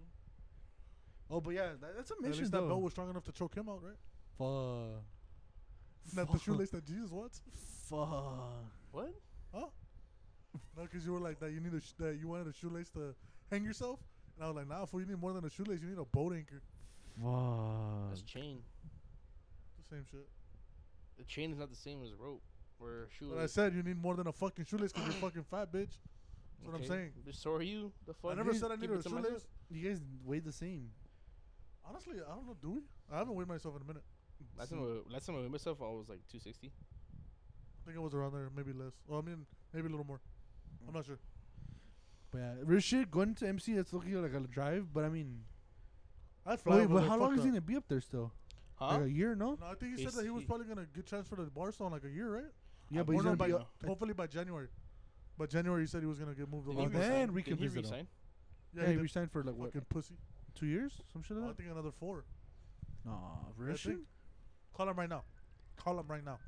Speaker 2: Oh, but yeah, that, that's a
Speaker 1: At
Speaker 2: mission
Speaker 1: least that belt
Speaker 2: though.
Speaker 1: was strong enough to choke him out, right?
Speaker 2: Fuck.
Speaker 1: Not the shoelace that Jesus wants.
Speaker 2: Fuck.
Speaker 3: What?
Speaker 1: No, because you were like that. You need a sh- that you wanted a shoelace to hang yourself, and I was like, nah, fool. You need more than a shoelace. You need a boat anchor.
Speaker 3: That's
Speaker 2: Fuck.
Speaker 3: chain.
Speaker 1: The same shit.
Speaker 3: The chain is not the same as rope or a shoe.
Speaker 1: But I said you need more than a fucking shoelace because you're fucking fat, bitch. That's what I'm
Speaker 3: Okay.
Speaker 1: saying.
Speaker 3: But So are you? The fuck?
Speaker 1: I never
Speaker 3: Keep
Speaker 1: said I
Speaker 3: it
Speaker 1: needed a
Speaker 3: to myself.
Speaker 1: shoelace.
Speaker 2: You guys weigh the same.
Speaker 1: Honestly, I don't know. Do we? I haven't weighed myself in a minute.
Speaker 3: Last time, I, last time I weighed myself, I was like 260.
Speaker 1: I think it was around there, maybe less. Well, I mean, maybe a little more. I'm not sure.
Speaker 2: But yeah, real shit. Going to MC, that's looking like a drive. But I mean,
Speaker 1: I'd fly.
Speaker 2: wait,
Speaker 1: over
Speaker 2: but
Speaker 1: there,
Speaker 2: how
Speaker 1: fuck
Speaker 2: long is
Speaker 1: that.
Speaker 2: he gonna be up there still?
Speaker 3: Huh?
Speaker 2: Like a year? No.
Speaker 1: No, I think he
Speaker 3: He's-
Speaker 1: said that he was
Speaker 3: he-
Speaker 1: probably gonna get transferred to Barcelona in like a year, right?
Speaker 2: Yeah,
Speaker 1: Uh,
Speaker 2: but he's
Speaker 1: or
Speaker 2: gonna
Speaker 1: no,
Speaker 2: be.
Speaker 1: by,
Speaker 2: up-
Speaker 1: hopefully by January. By January, he said he was gonna get moved
Speaker 3: Did
Speaker 1: over.
Speaker 3: he
Speaker 2: Oh,
Speaker 1: there.
Speaker 2: then
Speaker 3: resign?
Speaker 2: we
Speaker 3: Did
Speaker 2: can
Speaker 3: he
Speaker 2: visit him.
Speaker 3: resign?
Speaker 1: yeah,
Speaker 2: Yeah,
Speaker 1: he
Speaker 2: he
Speaker 1: did.
Speaker 2: resigned for like what,
Speaker 1: fucking pussy.
Speaker 2: two years? Some shit
Speaker 1: Oh, I
Speaker 2: like that.
Speaker 1: think another four.
Speaker 2: Nah,
Speaker 1: I
Speaker 2: real shit.
Speaker 1: think. Call him right now. Call him right now.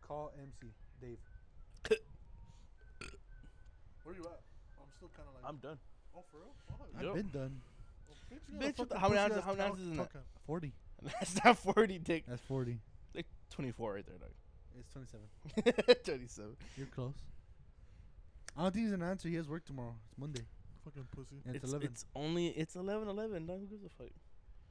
Speaker 2: Call MC Dave.
Speaker 1: Where you at? I'm still kind of like.
Speaker 3: I'm done.
Speaker 1: oh, for real?
Speaker 2: I've
Speaker 3: Yup.
Speaker 2: been done.
Speaker 3: Bitch, what the- how many ounces- how many ounces is in that?
Speaker 2: Forty.
Speaker 3: That's not 40, dick.
Speaker 2: That's forty.
Speaker 3: Like 24 right there, dog.
Speaker 2: It's twenty-seven.
Speaker 3: 27.
Speaker 2: You're close. I don't think he's an answer. He has work tomorrow. It's Monday.
Speaker 1: Fucking pussy.
Speaker 2: And it's,
Speaker 3: it's,
Speaker 2: eleven.
Speaker 3: it's only it's 11, 11. Dog, who gives a fuck?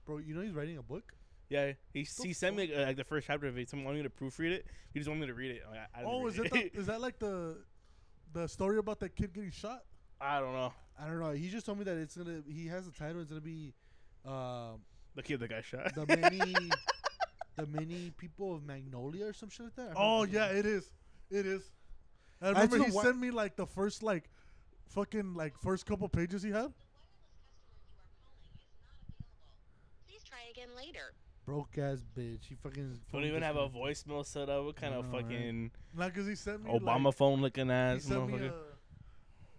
Speaker 2: Bro, you know he's writing a book.
Speaker 3: Yeah, he, s-
Speaker 1: The
Speaker 3: he sent me like, uh, like the first chapter of it. Someone wanted me to proofread it. He just wanted me to read it. I'm like, I, I didn't
Speaker 1: Oh,
Speaker 3: read
Speaker 1: is it? The, is that like the the story about that kid getting shot?
Speaker 3: I don't know.
Speaker 2: I don't know. He just told me that it's gonna. He has a title. It's gonna be, um,
Speaker 3: The kid that got shot.
Speaker 2: the many, the many people of Magnolia or some shit like that. I forgot
Speaker 1: Oh
Speaker 2: what it
Speaker 1: yeah,
Speaker 2: was.
Speaker 1: it is. It is. I
Speaker 2: That's
Speaker 1: remember
Speaker 2: the
Speaker 1: he
Speaker 2: one-
Speaker 1: sent me like the first like fucking like first couple pages he had.
Speaker 5: Please try again later.
Speaker 2: broke ass bitch. He fucking.
Speaker 3: Don't
Speaker 2: phone
Speaker 3: even have a
Speaker 2: disconnected.
Speaker 3: voicemail set up. What kind
Speaker 2: I
Speaker 3: of
Speaker 2: know, right?
Speaker 3: fucking
Speaker 1: Like, cause he sent me
Speaker 3: Obama phone looking
Speaker 1: Like, he
Speaker 3: ass
Speaker 1: sent me.
Speaker 3: motherfucker?
Speaker 1: uh,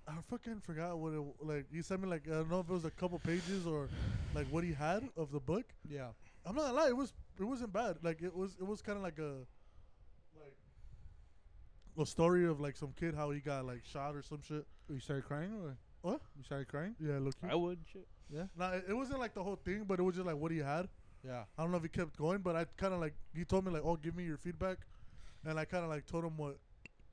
Speaker 1: I fucking forgot what it like. He sent me like I don't know if it was a couple pages or like what he had of the book.
Speaker 2: Yeah.
Speaker 1: I'm not gonna lie, it was it wasn't bad. Like it was it was kind of like a like a story of like some kid how he got like shot or some shit.
Speaker 2: Oh, You started crying or
Speaker 1: What?
Speaker 2: You started crying?
Speaker 1: Yeah, look.
Speaker 3: I would. Shit.
Speaker 1: Nah, it, it wasn't like the whole thing, but it was just like what he had.
Speaker 2: Yeah.
Speaker 1: I don't know if he kept going, but I kind of like he told me like, "Oh, give me your feedback," and I kind of like told him what.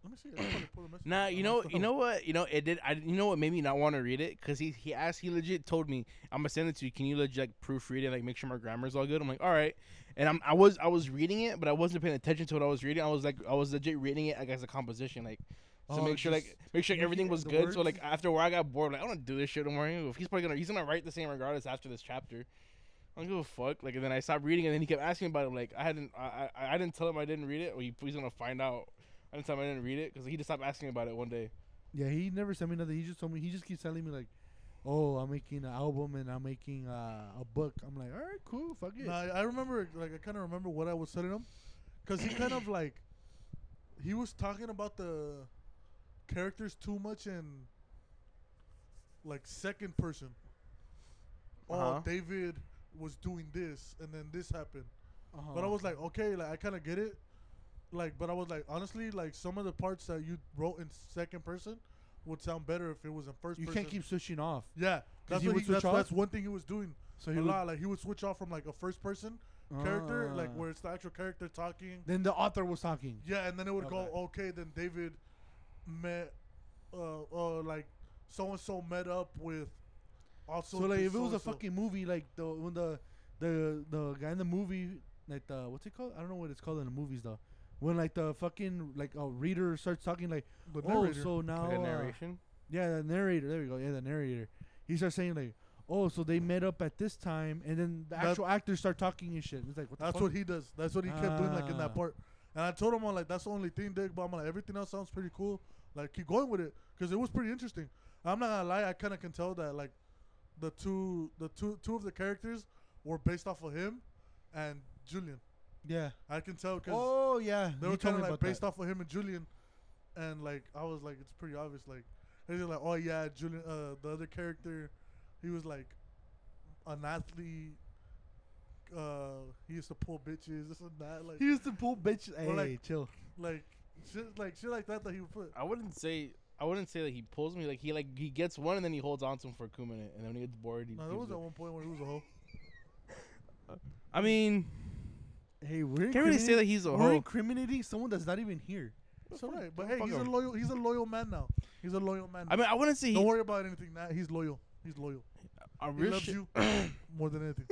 Speaker 1: Let me see. I probably pulled a message.
Speaker 3: Nah,
Speaker 1: I
Speaker 3: you know,
Speaker 1: don't
Speaker 3: you know what, you know, it did. I, you know what made me not want to read it because he, he asked, he legit told me, "I'm gonna send it to you. Can you legit like, proofread it, like make sure my grammar's all good?" I'm like, "All right," and I'm, I was, I was reading it, but I wasn't paying attention to what I was reading. I was like, I was legit reading it like as a composition, like to
Speaker 2: Oh,
Speaker 3: make sure, like
Speaker 2: just
Speaker 3: make sure
Speaker 2: looking
Speaker 3: everything
Speaker 2: at
Speaker 3: was
Speaker 2: the
Speaker 3: good. So
Speaker 2: words?
Speaker 3: like after a while, I got bored. Like I don't do this shit no more. If he's probably gonna, he's gonna write the same regardless after this chapter. I don't give a fuck. Like, and then I stopped reading, and then he kept asking about it. Like, I hadn't, I, I, I didn't tell him I didn't read it. Well, he, he's gonna find out. I didn't tell him I didn't read it because he just stopped asking about it one day.
Speaker 2: Yeah, he never sent me nothing. He just told me. He just keeps telling me like, "Oh, I'm making an album and I'm making uh, a book." I'm like, "All right, cool, fuck it."
Speaker 1: Nah, I I remember like I kind of remember what I was telling him, because he kind of like he was talking about the characters too much in like second person.
Speaker 3: Uh-huh.
Speaker 1: Oh, David was doing this, and then this happened.
Speaker 2: Uh-huh.
Speaker 1: But I was like, okay, like I kind of get it. Like, but I was like, honestly, like some of the parts that you wrote in second person would sound better if it was in first
Speaker 2: "You
Speaker 1: person.
Speaker 2: can't keep switching off."
Speaker 1: Yeah, that's
Speaker 2: he
Speaker 1: what
Speaker 2: would
Speaker 1: he,
Speaker 2: switch
Speaker 1: that's, that's
Speaker 2: off?
Speaker 1: one thing he was doing
Speaker 2: So
Speaker 1: a
Speaker 2: he would-
Speaker 1: lot. Like he would switch off from like a first person character, like
Speaker 2: Ah.
Speaker 1: where it's the actual character talking.
Speaker 2: Then the author was talking.
Speaker 1: Yeah, and then it would
Speaker 2: Okay.
Speaker 1: go okay. Then David met, uh, uh like so and so met up with. Also,
Speaker 2: So, like,
Speaker 1: this
Speaker 2: if it was a
Speaker 1: so-and-so.
Speaker 2: fucking movie, like the when the the the guy in the movie, like the what's it called? I don't know what it's called in the movies though. When like the fucking like a reader starts talking like,
Speaker 1: The
Speaker 2: "Oh,
Speaker 1: narrator.
Speaker 2: so now
Speaker 3: Like a
Speaker 2: uh,
Speaker 3: narration.
Speaker 2: Yeah, the narrator. There we go. Yeah, the narrator. He starts saying like, "Oh, so they met up at this time," and then the
Speaker 1: That-
Speaker 2: actual actors start talking and shit. It's like, what the
Speaker 1: That's
Speaker 2: fuck?
Speaker 1: what he does. That's what he kept doing, like in
Speaker 2: Ah.
Speaker 1: that part. And I told him, I'm like, that's the only thing, Dick. But I'm like, everything else sounds pretty cool. Like, keep going with it, cause it was pretty interesting. I'm not gonna lie, I kind of can tell that like the two, the two, two of the characters were based off of him and Julian.
Speaker 2: Yeah.
Speaker 1: I can tell because
Speaker 2: Oh yeah.
Speaker 1: they
Speaker 2: you
Speaker 1: were
Speaker 2: told
Speaker 1: kind
Speaker 2: me
Speaker 1: of like
Speaker 2: about
Speaker 1: based
Speaker 2: that.
Speaker 1: off of him and Julian, and like I was like, it's pretty obvious. Like, and they're like, oh yeah, Julian, uh, the other character, he was like an athlete. Uh, he used to pull bitches, this and that, like,
Speaker 2: He used to pull bitches. Hey,
Speaker 1: Or like-
Speaker 2: chill.
Speaker 1: like shit, like shit like that that he would put.
Speaker 3: I wouldn't say I wouldn't say that he pulls me. Like he like he gets one and then he holds on to him for a cool minute, and then when he gets bored, he.
Speaker 1: No, there
Speaker 3: gives
Speaker 1: was
Speaker 3: it.
Speaker 1: at one point where he was a hoe.
Speaker 3: I mean,
Speaker 2: Hey, we're
Speaker 3: can't really say
Speaker 2: incriminating-
Speaker 3: that he's a
Speaker 2: We're
Speaker 3: hoe.
Speaker 2: incriminating someone that's not even here.
Speaker 1: That's
Speaker 3: Don't-
Speaker 1: right, but
Speaker 3: don't
Speaker 1: hey,
Speaker 3: fuck
Speaker 1: he's a
Speaker 3: him.
Speaker 1: loyal, he's a loyal man now. He's a loyal man.
Speaker 3: I mean, I wouldn't say
Speaker 1: don't
Speaker 3: he,
Speaker 1: worry about anything. Now he's loyal. He's loyal.
Speaker 3: I
Speaker 1: He
Speaker 3: real
Speaker 1: loves
Speaker 3: shit.
Speaker 1: you more than anything.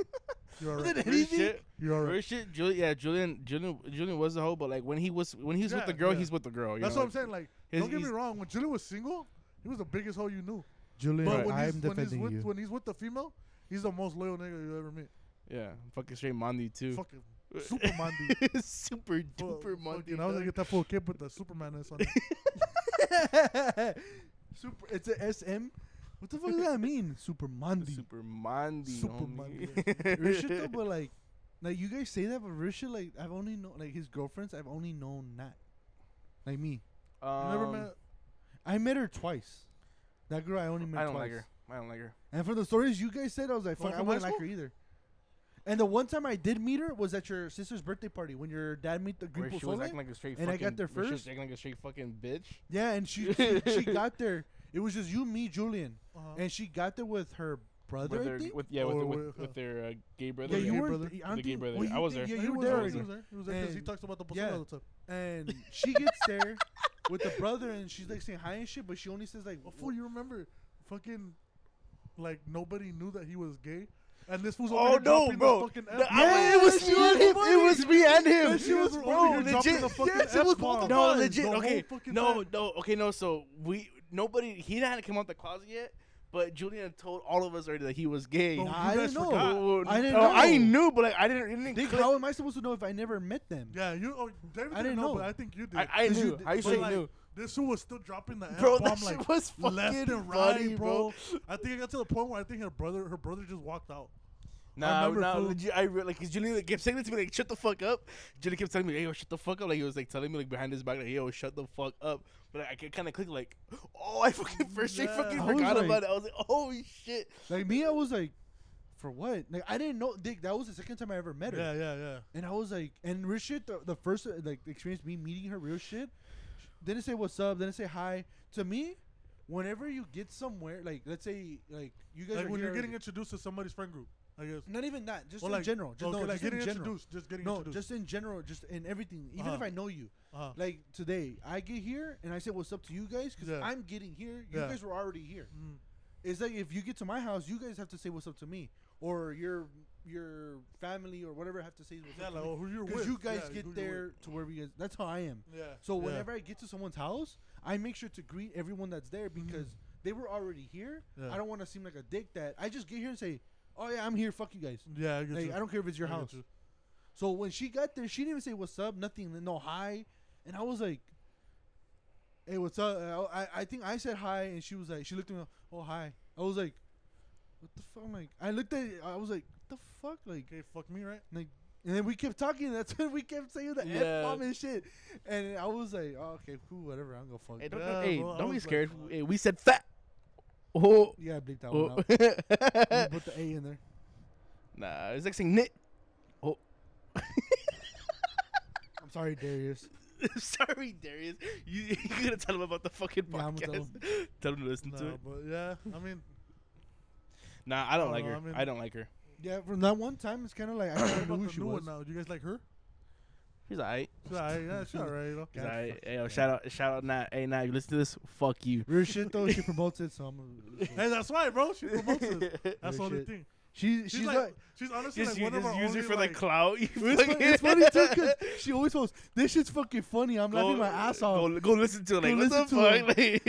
Speaker 1: You're
Speaker 2: More
Speaker 1: alright.
Speaker 2: than
Speaker 3: Real
Speaker 2: anything?
Speaker 3: shit.
Speaker 1: You're alright.
Speaker 3: Real shit. Julian, yeah, Julian, Julian, Julian was a hoe, but like when he was when he's with
Speaker 1: Yeah,
Speaker 3: the girl,
Speaker 1: yeah.
Speaker 3: he's with the girl. you
Speaker 1: That's
Speaker 3: know,
Speaker 1: what I'm
Speaker 3: like,
Speaker 1: saying. Like,
Speaker 3: his-
Speaker 1: don't get me
Speaker 3: he's-
Speaker 1: wrong. When Julian was single, he was the biggest hoe you knew.
Speaker 2: Julian,
Speaker 1: But when, he's,
Speaker 2: I'm
Speaker 1: when, he's
Speaker 2: defending
Speaker 1: with,
Speaker 2: you.
Speaker 1: when he's with the female, he's the most loyal nigga you ever meet.
Speaker 3: Yeah, fucking straight Mondi too.
Speaker 1: Fucking super Monday.
Speaker 3: super duper Mondi.
Speaker 1: I was gonna
Speaker 3: dog.
Speaker 1: get that full kid with the Superman ass on it.
Speaker 2: Super. It's a SM. What the fuck does that mean? Super Monday.
Speaker 3: Super Mondi.
Speaker 1: Super
Speaker 3: homie.
Speaker 2: Real shit though, but like, like you guys say that, but real shit, like I've only known like his girlfriends. I've only known that, like me.
Speaker 1: You never
Speaker 3: Um,
Speaker 1: met.
Speaker 2: I met her twice. That girl I only met
Speaker 3: I don't
Speaker 2: twice.
Speaker 3: like her. I don't like her.
Speaker 2: And from the stories you guys said, I was like,
Speaker 1: The one
Speaker 2: fuck, I
Speaker 1: from
Speaker 2: wouldn't
Speaker 1: high
Speaker 2: like her either. And the one time I did meet her was at your sister's birthday party when your dad met the
Speaker 3: Where
Speaker 2: group
Speaker 3: she
Speaker 2: of
Speaker 3: was
Speaker 2: Sole.
Speaker 3: acting like a straight.
Speaker 2: and I
Speaker 3: fucking-
Speaker 2: got there
Speaker 3: where she was
Speaker 2: first.
Speaker 3: Acting like a straight fucking bitch.
Speaker 2: Yeah, and she, she she got there. It was just you, me, Julian,
Speaker 1: Uh-huh.
Speaker 2: and she got there with her brother.
Speaker 3: with
Speaker 2: I
Speaker 3: their,
Speaker 2: think?
Speaker 3: with yeah, with,
Speaker 1: Or
Speaker 3: with,
Speaker 1: with-
Speaker 3: with their uh, gay brother.
Speaker 2: yeah, you
Speaker 1: gay
Speaker 2: were.
Speaker 1: brother.
Speaker 2: I don't
Speaker 3: The gay
Speaker 2: think-
Speaker 3: brother.
Speaker 2: well, you
Speaker 3: I was
Speaker 2: did-
Speaker 3: there.
Speaker 2: Yeah,
Speaker 1: He
Speaker 2: you were
Speaker 1: was
Speaker 2: there.
Speaker 1: He
Speaker 2: already.
Speaker 1: was there. He was there because he
Speaker 2: And-
Speaker 1: talks about the
Speaker 2: yeah.
Speaker 1: persona all the time.
Speaker 2: And she gets there with the brother, and she's like saying hi and shit, but she only says like,
Speaker 1: Well, fool, you remember, fucking, like nobody knew that he was gay, and this was
Speaker 3: Oh no, bro!
Speaker 1: fucking
Speaker 3: The- I- it was
Speaker 2: she
Speaker 3: you and
Speaker 2: was
Speaker 3: him.
Speaker 2: funny.
Speaker 3: It was me and him.
Speaker 1: she was over
Speaker 3: bro,
Speaker 1: here dropping
Speaker 3: legit.
Speaker 1: the fucking
Speaker 2: Yes, it was
Speaker 1: F-bomb.
Speaker 2: both of
Speaker 3: no,
Speaker 2: us.
Speaker 3: legit.
Speaker 1: The
Speaker 3: Okay,
Speaker 1: whole fucking
Speaker 3: no,
Speaker 1: time.
Speaker 3: no. Okay, no. So we nobody. He hadn't come out the closet yet, but Julian told all of us already that he was gay.
Speaker 1: Don't-
Speaker 2: Nah,
Speaker 1: you
Speaker 2: I
Speaker 1: guys
Speaker 2: didn't know.
Speaker 1: forgot.
Speaker 3: Oh,
Speaker 2: I didn't
Speaker 3: oh,
Speaker 2: know.
Speaker 3: I knew, but like, I didn't. It didn't
Speaker 2: Dick,
Speaker 3: click.
Speaker 2: how am I supposed to know if I never met them?
Speaker 1: Yeah, you. Oh, David
Speaker 2: I
Speaker 1: didn't
Speaker 2: didn't
Speaker 1: know,
Speaker 2: know.
Speaker 1: but I think you did.
Speaker 3: I, I
Speaker 2: Did
Speaker 3: knew.
Speaker 2: you-
Speaker 3: I
Speaker 1: But,
Speaker 3: straight
Speaker 1: like,
Speaker 3: knew.
Speaker 1: This fool was still dropping the
Speaker 3: Bro,
Speaker 1: F-bomb,
Speaker 3: that shit
Speaker 1: like
Speaker 3: was
Speaker 1: left
Speaker 3: fucking
Speaker 1: and right,
Speaker 3: funny,
Speaker 1: bro.
Speaker 3: bro.
Speaker 1: I think I got to the point where I think her brother, her brother just walked out.
Speaker 3: Nah,
Speaker 1: remember,
Speaker 3: nah,
Speaker 1: fool.
Speaker 3: legit, I re- like 'cause Julian like, kept saying it to me like shut the fuck up. Julian kept telling me, "Hey, yo, shut the fuck up." Like he was like telling me like behind his back, like, "Yo, shut the fuck up." But I kind of clicked like, "Oh, I fucking first straight
Speaker 1: Yeah.
Speaker 3: fucking
Speaker 2: I was
Speaker 3: forgot
Speaker 2: like-
Speaker 3: about it." I was like, "Holy shit!"
Speaker 2: Like me, I was like, for what? Like I didn't know. Dick, that was the second time I ever met her.
Speaker 1: Yeah, yeah, yeah.
Speaker 2: And I was like, and real shit, the, the first uh, like experience me meeting her, real shit, sh- didn't say what's up, didn't say hi. To me, whenever you get somewhere, like let's say like you guys
Speaker 1: Like
Speaker 2: are
Speaker 1: when you're
Speaker 2: here-
Speaker 1: getting introduced to somebody's friend group, I guess.
Speaker 2: not even that, just
Speaker 1: Or
Speaker 2: in
Speaker 1: like
Speaker 2: general, just
Speaker 1: okay,
Speaker 2: no,
Speaker 1: like
Speaker 2: just
Speaker 1: getting
Speaker 2: in general,
Speaker 1: introduced, just getting
Speaker 2: no,
Speaker 1: introduced.
Speaker 2: just in general, just in everything. Even if
Speaker 1: Uh-huh.
Speaker 2: I know you,
Speaker 1: uh-huh.
Speaker 2: like today, I get here and I say what's up to you guys because
Speaker 1: Yeah.
Speaker 2: I'm getting here. You
Speaker 1: Yeah.
Speaker 2: guys were already here.
Speaker 1: Mm.
Speaker 2: It's like if you get to my house, you guys have to say what's up to me or your your family or whatever have to say what's
Speaker 1: yeah,
Speaker 2: up to
Speaker 1: like
Speaker 2: me.
Speaker 1: oh, who you're
Speaker 2: Because
Speaker 1: with?
Speaker 2: you guys
Speaker 1: yeah, who
Speaker 2: get
Speaker 1: you're with.
Speaker 2: there to wherever you guys. That's how I am.
Speaker 1: Yeah.
Speaker 2: So
Speaker 1: yeah.
Speaker 2: whenever I get to someone's house, I make sure to greet everyone that's there because they were already here.
Speaker 1: Mm-hmm. Yeah.
Speaker 2: I don't want to seem like a dick that I just get here and say, "Oh yeah, I'm here. Fuck you guys."
Speaker 1: yeah, I, get
Speaker 2: Like
Speaker 1: you.
Speaker 2: I don't care if it's your
Speaker 1: I get
Speaker 2: house.
Speaker 1: you.
Speaker 2: So when she got there, she didn't even say what's up, nothing, no hi, and I was like, "Hey, what's up?" And I I- I think I said hi, and she was like, she looked at me, "Oh hi." I was like, "What the fuck?" I'm like, I looked at, I was like, "What the fuck?" Like,
Speaker 1: Okay, fuck me, right?
Speaker 2: like, and then we kept talking. and That's when we kept saying the
Speaker 3: Yeah.
Speaker 2: f bomb and shit. And I was like, oh, okay, cool, whatever. I'm gonna fuck.
Speaker 3: Hey, don't,
Speaker 1: Yeah,
Speaker 3: hey,
Speaker 1: bro, I
Speaker 3: don't be
Speaker 1: was like,
Speaker 3: scared.
Speaker 1: fuck.
Speaker 3: Hey, we said fat. Oh,
Speaker 2: Yeah, I bleeped that one
Speaker 3: oh.
Speaker 2: out. You put the A in there.
Speaker 3: nah, it's like saying nit. Oh,
Speaker 2: I'm sorry, Darius.
Speaker 3: sorry, Darius. You you gotta tell him about the fucking
Speaker 2: Yeah, I'ma
Speaker 3: podcast.
Speaker 2: tell
Speaker 3: tell, him. to listen to
Speaker 1: No,
Speaker 3: it.
Speaker 1: but yeah, I mean,
Speaker 3: Nah, I don't
Speaker 1: I
Speaker 3: like
Speaker 1: don't
Speaker 3: her.
Speaker 1: know, I mean-
Speaker 3: I don't like her.
Speaker 2: Yeah, from that one time, it's kind of like I
Speaker 1: what
Speaker 2: kinda
Speaker 1: about the
Speaker 2: knew who
Speaker 1: new
Speaker 2: she
Speaker 1: one
Speaker 2: was.
Speaker 1: now? Do you guys like her?
Speaker 3: She's alright.
Speaker 1: She's alright, yeah, she's alright. You know?
Speaker 3: She's
Speaker 2: God,
Speaker 3: alright.
Speaker 2: fuck
Speaker 3: Hey, yo, shout out, shout out, nah, hey, nah, you listen to this? Fuck you.
Speaker 2: Real shit though, she promotes it, so I'm. Gonna,
Speaker 1: Hey, that's why, bro. She promotes us. That's the
Speaker 2: Real
Speaker 1: only
Speaker 2: shit.
Speaker 1: thing.
Speaker 2: she she's,
Speaker 1: She's,
Speaker 2: like.
Speaker 1: like, she's honestly
Speaker 3: Just,
Speaker 1: like
Speaker 3: you
Speaker 1: one of
Speaker 3: just
Speaker 1: our
Speaker 3: use
Speaker 1: only
Speaker 3: it for
Speaker 1: like,
Speaker 3: the clout. You
Speaker 2: it's, funny,
Speaker 3: fucking-
Speaker 2: it's funny too because she always posts, "This shit's fucking funny." I'm laughing my ass off.
Speaker 3: Go, go listen to it. Like,
Speaker 2: Go
Speaker 3: what the
Speaker 2: listen
Speaker 3: fuck? Like,
Speaker 1: I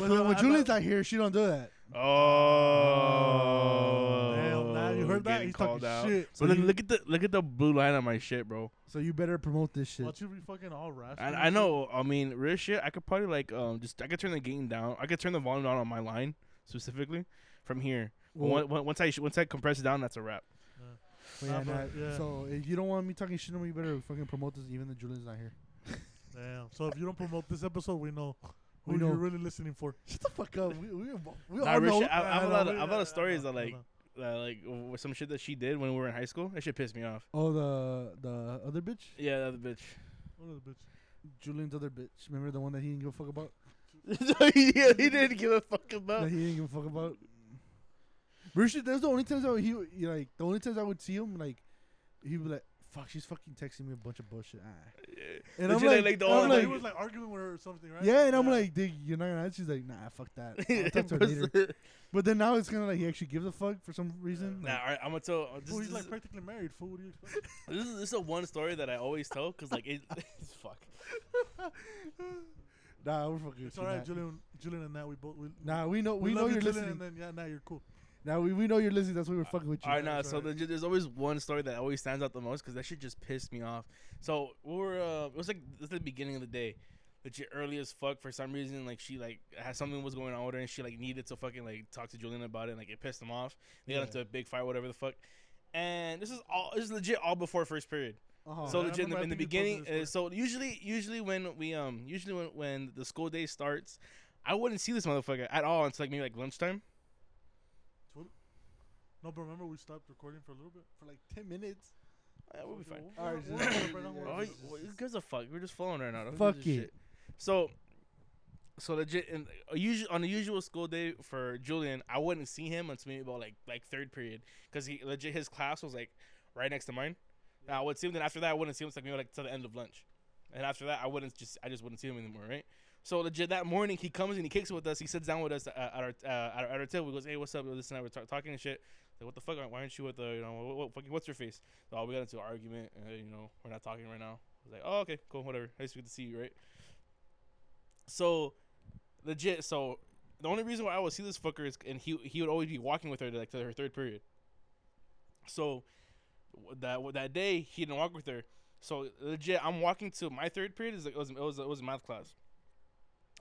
Speaker 2: But
Speaker 1: thought-
Speaker 2: when
Speaker 1: I
Speaker 2: Julian's
Speaker 1: thought-
Speaker 2: not here, she don't do that.
Speaker 3: oh.
Speaker 1: Damn, now you heard that,
Speaker 3: getting
Speaker 1: he's
Speaker 3: called
Speaker 1: talking
Speaker 3: out.
Speaker 1: shit.
Speaker 3: But look,
Speaker 2: you-
Speaker 3: look at the look at the blue line on my shit, bro.
Speaker 2: So you better promote this shit.
Speaker 1: Watch you be fucking all raspy.
Speaker 3: And I know. I mean, real shit. I could probably like um just I could turn the game down. I could turn the volume down on my line specifically from here. But
Speaker 2: Well-
Speaker 3: on- on- once I sh- once I compress it down, that's a wrap.
Speaker 2: But yeah,
Speaker 1: Nah,
Speaker 2: nah,
Speaker 1: but- yeah.
Speaker 2: uh, So if you don't want me talking shit on me, you better fucking promote this. Even though Julian's not here.
Speaker 1: Damn. So if you don't promote this episode, we know who
Speaker 2: We know.
Speaker 1: you're really listening for.
Speaker 2: Shut the fuck up. We, we, we
Speaker 3: Nah,
Speaker 2: all
Speaker 3: real
Speaker 2: know.
Speaker 3: shit, I, I have a
Speaker 1: know,
Speaker 3: lot. Of,
Speaker 1: we-
Speaker 3: I have a lot of
Speaker 1: I
Speaker 3: stories
Speaker 1: know,
Speaker 3: that
Speaker 1: I
Speaker 3: like
Speaker 1: know.
Speaker 3: that, Uh, like with some shit that she did when we were in high school. That shit pissed me off.
Speaker 2: oh, the the other bitch,
Speaker 3: Yeah, that bitch.
Speaker 1: What are the bitch?
Speaker 2: Julian's other bitch. Remember the one that he didn't give a fuck about?
Speaker 3: yeah, he didn't give a fuck about.
Speaker 2: that he didn't give a fuck about. Rishi, that's the only times I would, he would- you know, like the only times I would see him like he would be like, "Fuck, she's fucking texting me a bunch of bullshit." Ah.
Speaker 3: Legit,
Speaker 2: And I'm
Speaker 3: like-
Speaker 2: like,
Speaker 3: like the
Speaker 2: I'm
Speaker 3: whole-
Speaker 1: Like,
Speaker 2: like,
Speaker 1: he was like arguing with her or something, right?
Speaker 2: yeah, and I'm like, dude, you're not gonna. answer?" She's like, nah, fuck that. I'll talk to her later. But then now it's kind of like he actually gives a fuck for some reason.
Speaker 3: Nah,
Speaker 2: like-
Speaker 3: all right, I'm gonna tell. uh, This,
Speaker 1: Fool,
Speaker 3: this,
Speaker 1: he's like
Speaker 3: is-
Speaker 1: practically married. Fool, what do you expect?
Speaker 3: this is this is the one story that I always tell because like it, it's fuck.
Speaker 2: Nah, we're fucking.
Speaker 1: it's
Speaker 2: with you,
Speaker 1: alright,
Speaker 2: Nat.
Speaker 1: Julian. Julian and Nat, we both. We,
Speaker 2: Nah, we know we, know
Speaker 1: love
Speaker 2: you're
Speaker 1: you, Julian,
Speaker 2: listening.
Speaker 1: And then yeah, now you're cool.
Speaker 2: Now we, we know you're listening. That's why we're fucking with you.
Speaker 3: All right, now
Speaker 1: that's
Speaker 3: so
Speaker 1: alright.
Speaker 3: legit, there's always one story that always stands out the most because that shit just pissed me off. So we were uh, it was like this is the beginning of the day, legit early as fuck for some reason. Like she like had something was going on with her and she like needed to fucking like talk to Julian about it. and Like it pissed him off. They
Speaker 2: Yeah.
Speaker 3: got into a big fight, whatever the fuck. And this is all this is legit all before first period.
Speaker 2: Uh-huh.
Speaker 3: So
Speaker 1: I
Speaker 3: legit in the,
Speaker 1: remember, I
Speaker 3: in the
Speaker 1: think you posted
Speaker 3: beginning. Uh,
Speaker 1: this
Speaker 3: so usually, usually when we um, usually when, when the school day starts, I wouldn't see this motherfucker at all until like maybe like lunchtime.
Speaker 1: No, but remember we stopped recording for a little bit.
Speaker 2: for like ten minutes.
Speaker 3: Uh, we'll be fine.
Speaker 2: All right,
Speaker 1: We're-
Speaker 2: just-
Speaker 1: we're- we're-
Speaker 2: yeah,
Speaker 1: we're-
Speaker 3: Oh,
Speaker 1: we're-
Speaker 2: just-
Speaker 3: who gives a fuck? We're just flowing right now. Who
Speaker 2: Fuck
Speaker 3: gives a
Speaker 2: it.
Speaker 3: shit? So, so legit. And a usual on a usual school day for Julian, I wouldn't see him until maybe about like like third period because he legit his class was like right next to mine. Now I would see him. Then after that, I wouldn't see him. It's like maybe like to the end of lunch, and after that, I wouldn't just I just wouldn't see him anymore, right? So legit that morning he comes and he kicks it with us. He sits down with us uh, at our uh, at our, at our table. He goes, "Hey, what's up?" This and I were ta- talking and shit. Like, what the fuck? Why aren't you with the you know what, what fucking what's your face? Oh, we got into an argument, and you know we're not talking right now. I was like, oh, okay, cool, whatever. Nice to get to see you, right? So, legit. So the only reason why I would see this fucker is, and he he would always be walking with her to like to her third period. So w- that w- that day he didn't walk with her. So legit, I'm walking to my third period. Is like it was it was it was math class.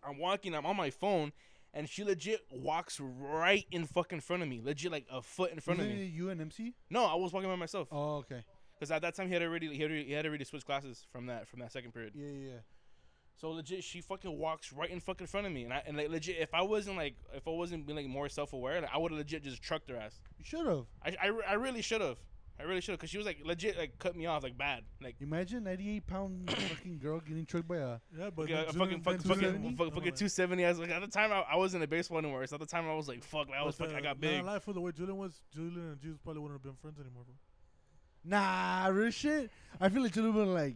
Speaker 3: I'm walking. I'm on my phone. And she legit walks right in fucking front of me, legit like a foot in front of
Speaker 2: Isn't
Speaker 3: me.
Speaker 2: it You and MC?
Speaker 3: No, I was walking by myself.
Speaker 2: Oh, okay.
Speaker 3: Because at that time he had already he had already, he had already switched classes from that from that second period.
Speaker 2: Yeah, yeah. yeah.
Speaker 3: So legit, she fucking walks right in fucking front of me, and I and like legit, if I wasn't like if I wasn't being like more self aware, like, I would have legit just trucked her ass.
Speaker 2: You should have.
Speaker 3: I I, re- I really should have. I really should have, cause she was like legit like cut me off like bad, like
Speaker 2: Imagine 98 pound fucking girl getting choked by a.
Speaker 1: Yeah, but
Speaker 3: fucking
Speaker 1: then
Speaker 3: uh, fucking
Speaker 1: Julian-
Speaker 3: fucking
Speaker 1: then Julian-
Speaker 3: fucking, fucking,
Speaker 1: No, like-
Speaker 3: two seventy. I was like at the time I, I wasn't a baseball anymore. It's at the time I was like fuck, like, I was
Speaker 1: But,
Speaker 3: fucking
Speaker 1: uh,
Speaker 3: I got
Speaker 1: nah,
Speaker 3: big.
Speaker 1: Life for the way Julian was, Julian and Jesus probably wouldn't have been friends anymore. Bro.
Speaker 2: Nah, real shit. I feel like you would have been like,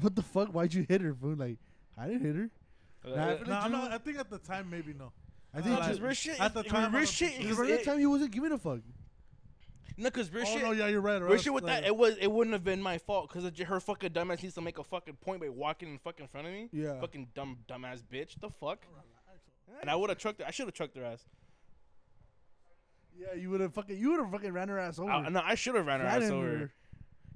Speaker 2: what the fuck? Why'd you hit her, fool? Like, I didn't hit her. Nah, I feel
Speaker 1: Nah,
Speaker 2: like
Speaker 1: I'm
Speaker 2: Julian-
Speaker 1: not, I think at the time maybe no.
Speaker 2: I think
Speaker 1: Uh,
Speaker 2: just
Speaker 3: Cause real shit,
Speaker 1: at the time, I
Speaker 3: real
Speaker 1: don't
Speaker 3: shit,
Speaker 1: think
Speaker 2: because
Speaker 3: is-
Speaker 2: at that
Speaker 3: it-
Speaker 2: time he wasn't giving a fuck.
Speaker 3: no, cause real
Speaker 1: oh
Speaker 3: shit,
Speaker 1: no, yeah, you're right. or
Speaker 3: Real
Speaker 1: else,
Speaker 3: shit with
Speaker 1: like,
Speaker 3: that, it was it wouldn't have been my fault because her fucking dumbass needs to make a fucking point by walking in fucking front of me.
Speaker 2: Yeah.
Speaker 3: Fucking dumb dumbass bitch. The fuck. And I would have trucked her. I should have trucked her ass.
Speaker 2: Yeah, you would have fucking, you would have fucking ran her ass over.
Speaker 3: I, no, I should have ran her ass
Speaker 2: Flattened
Speaker 3: over.
Speaker 2: her.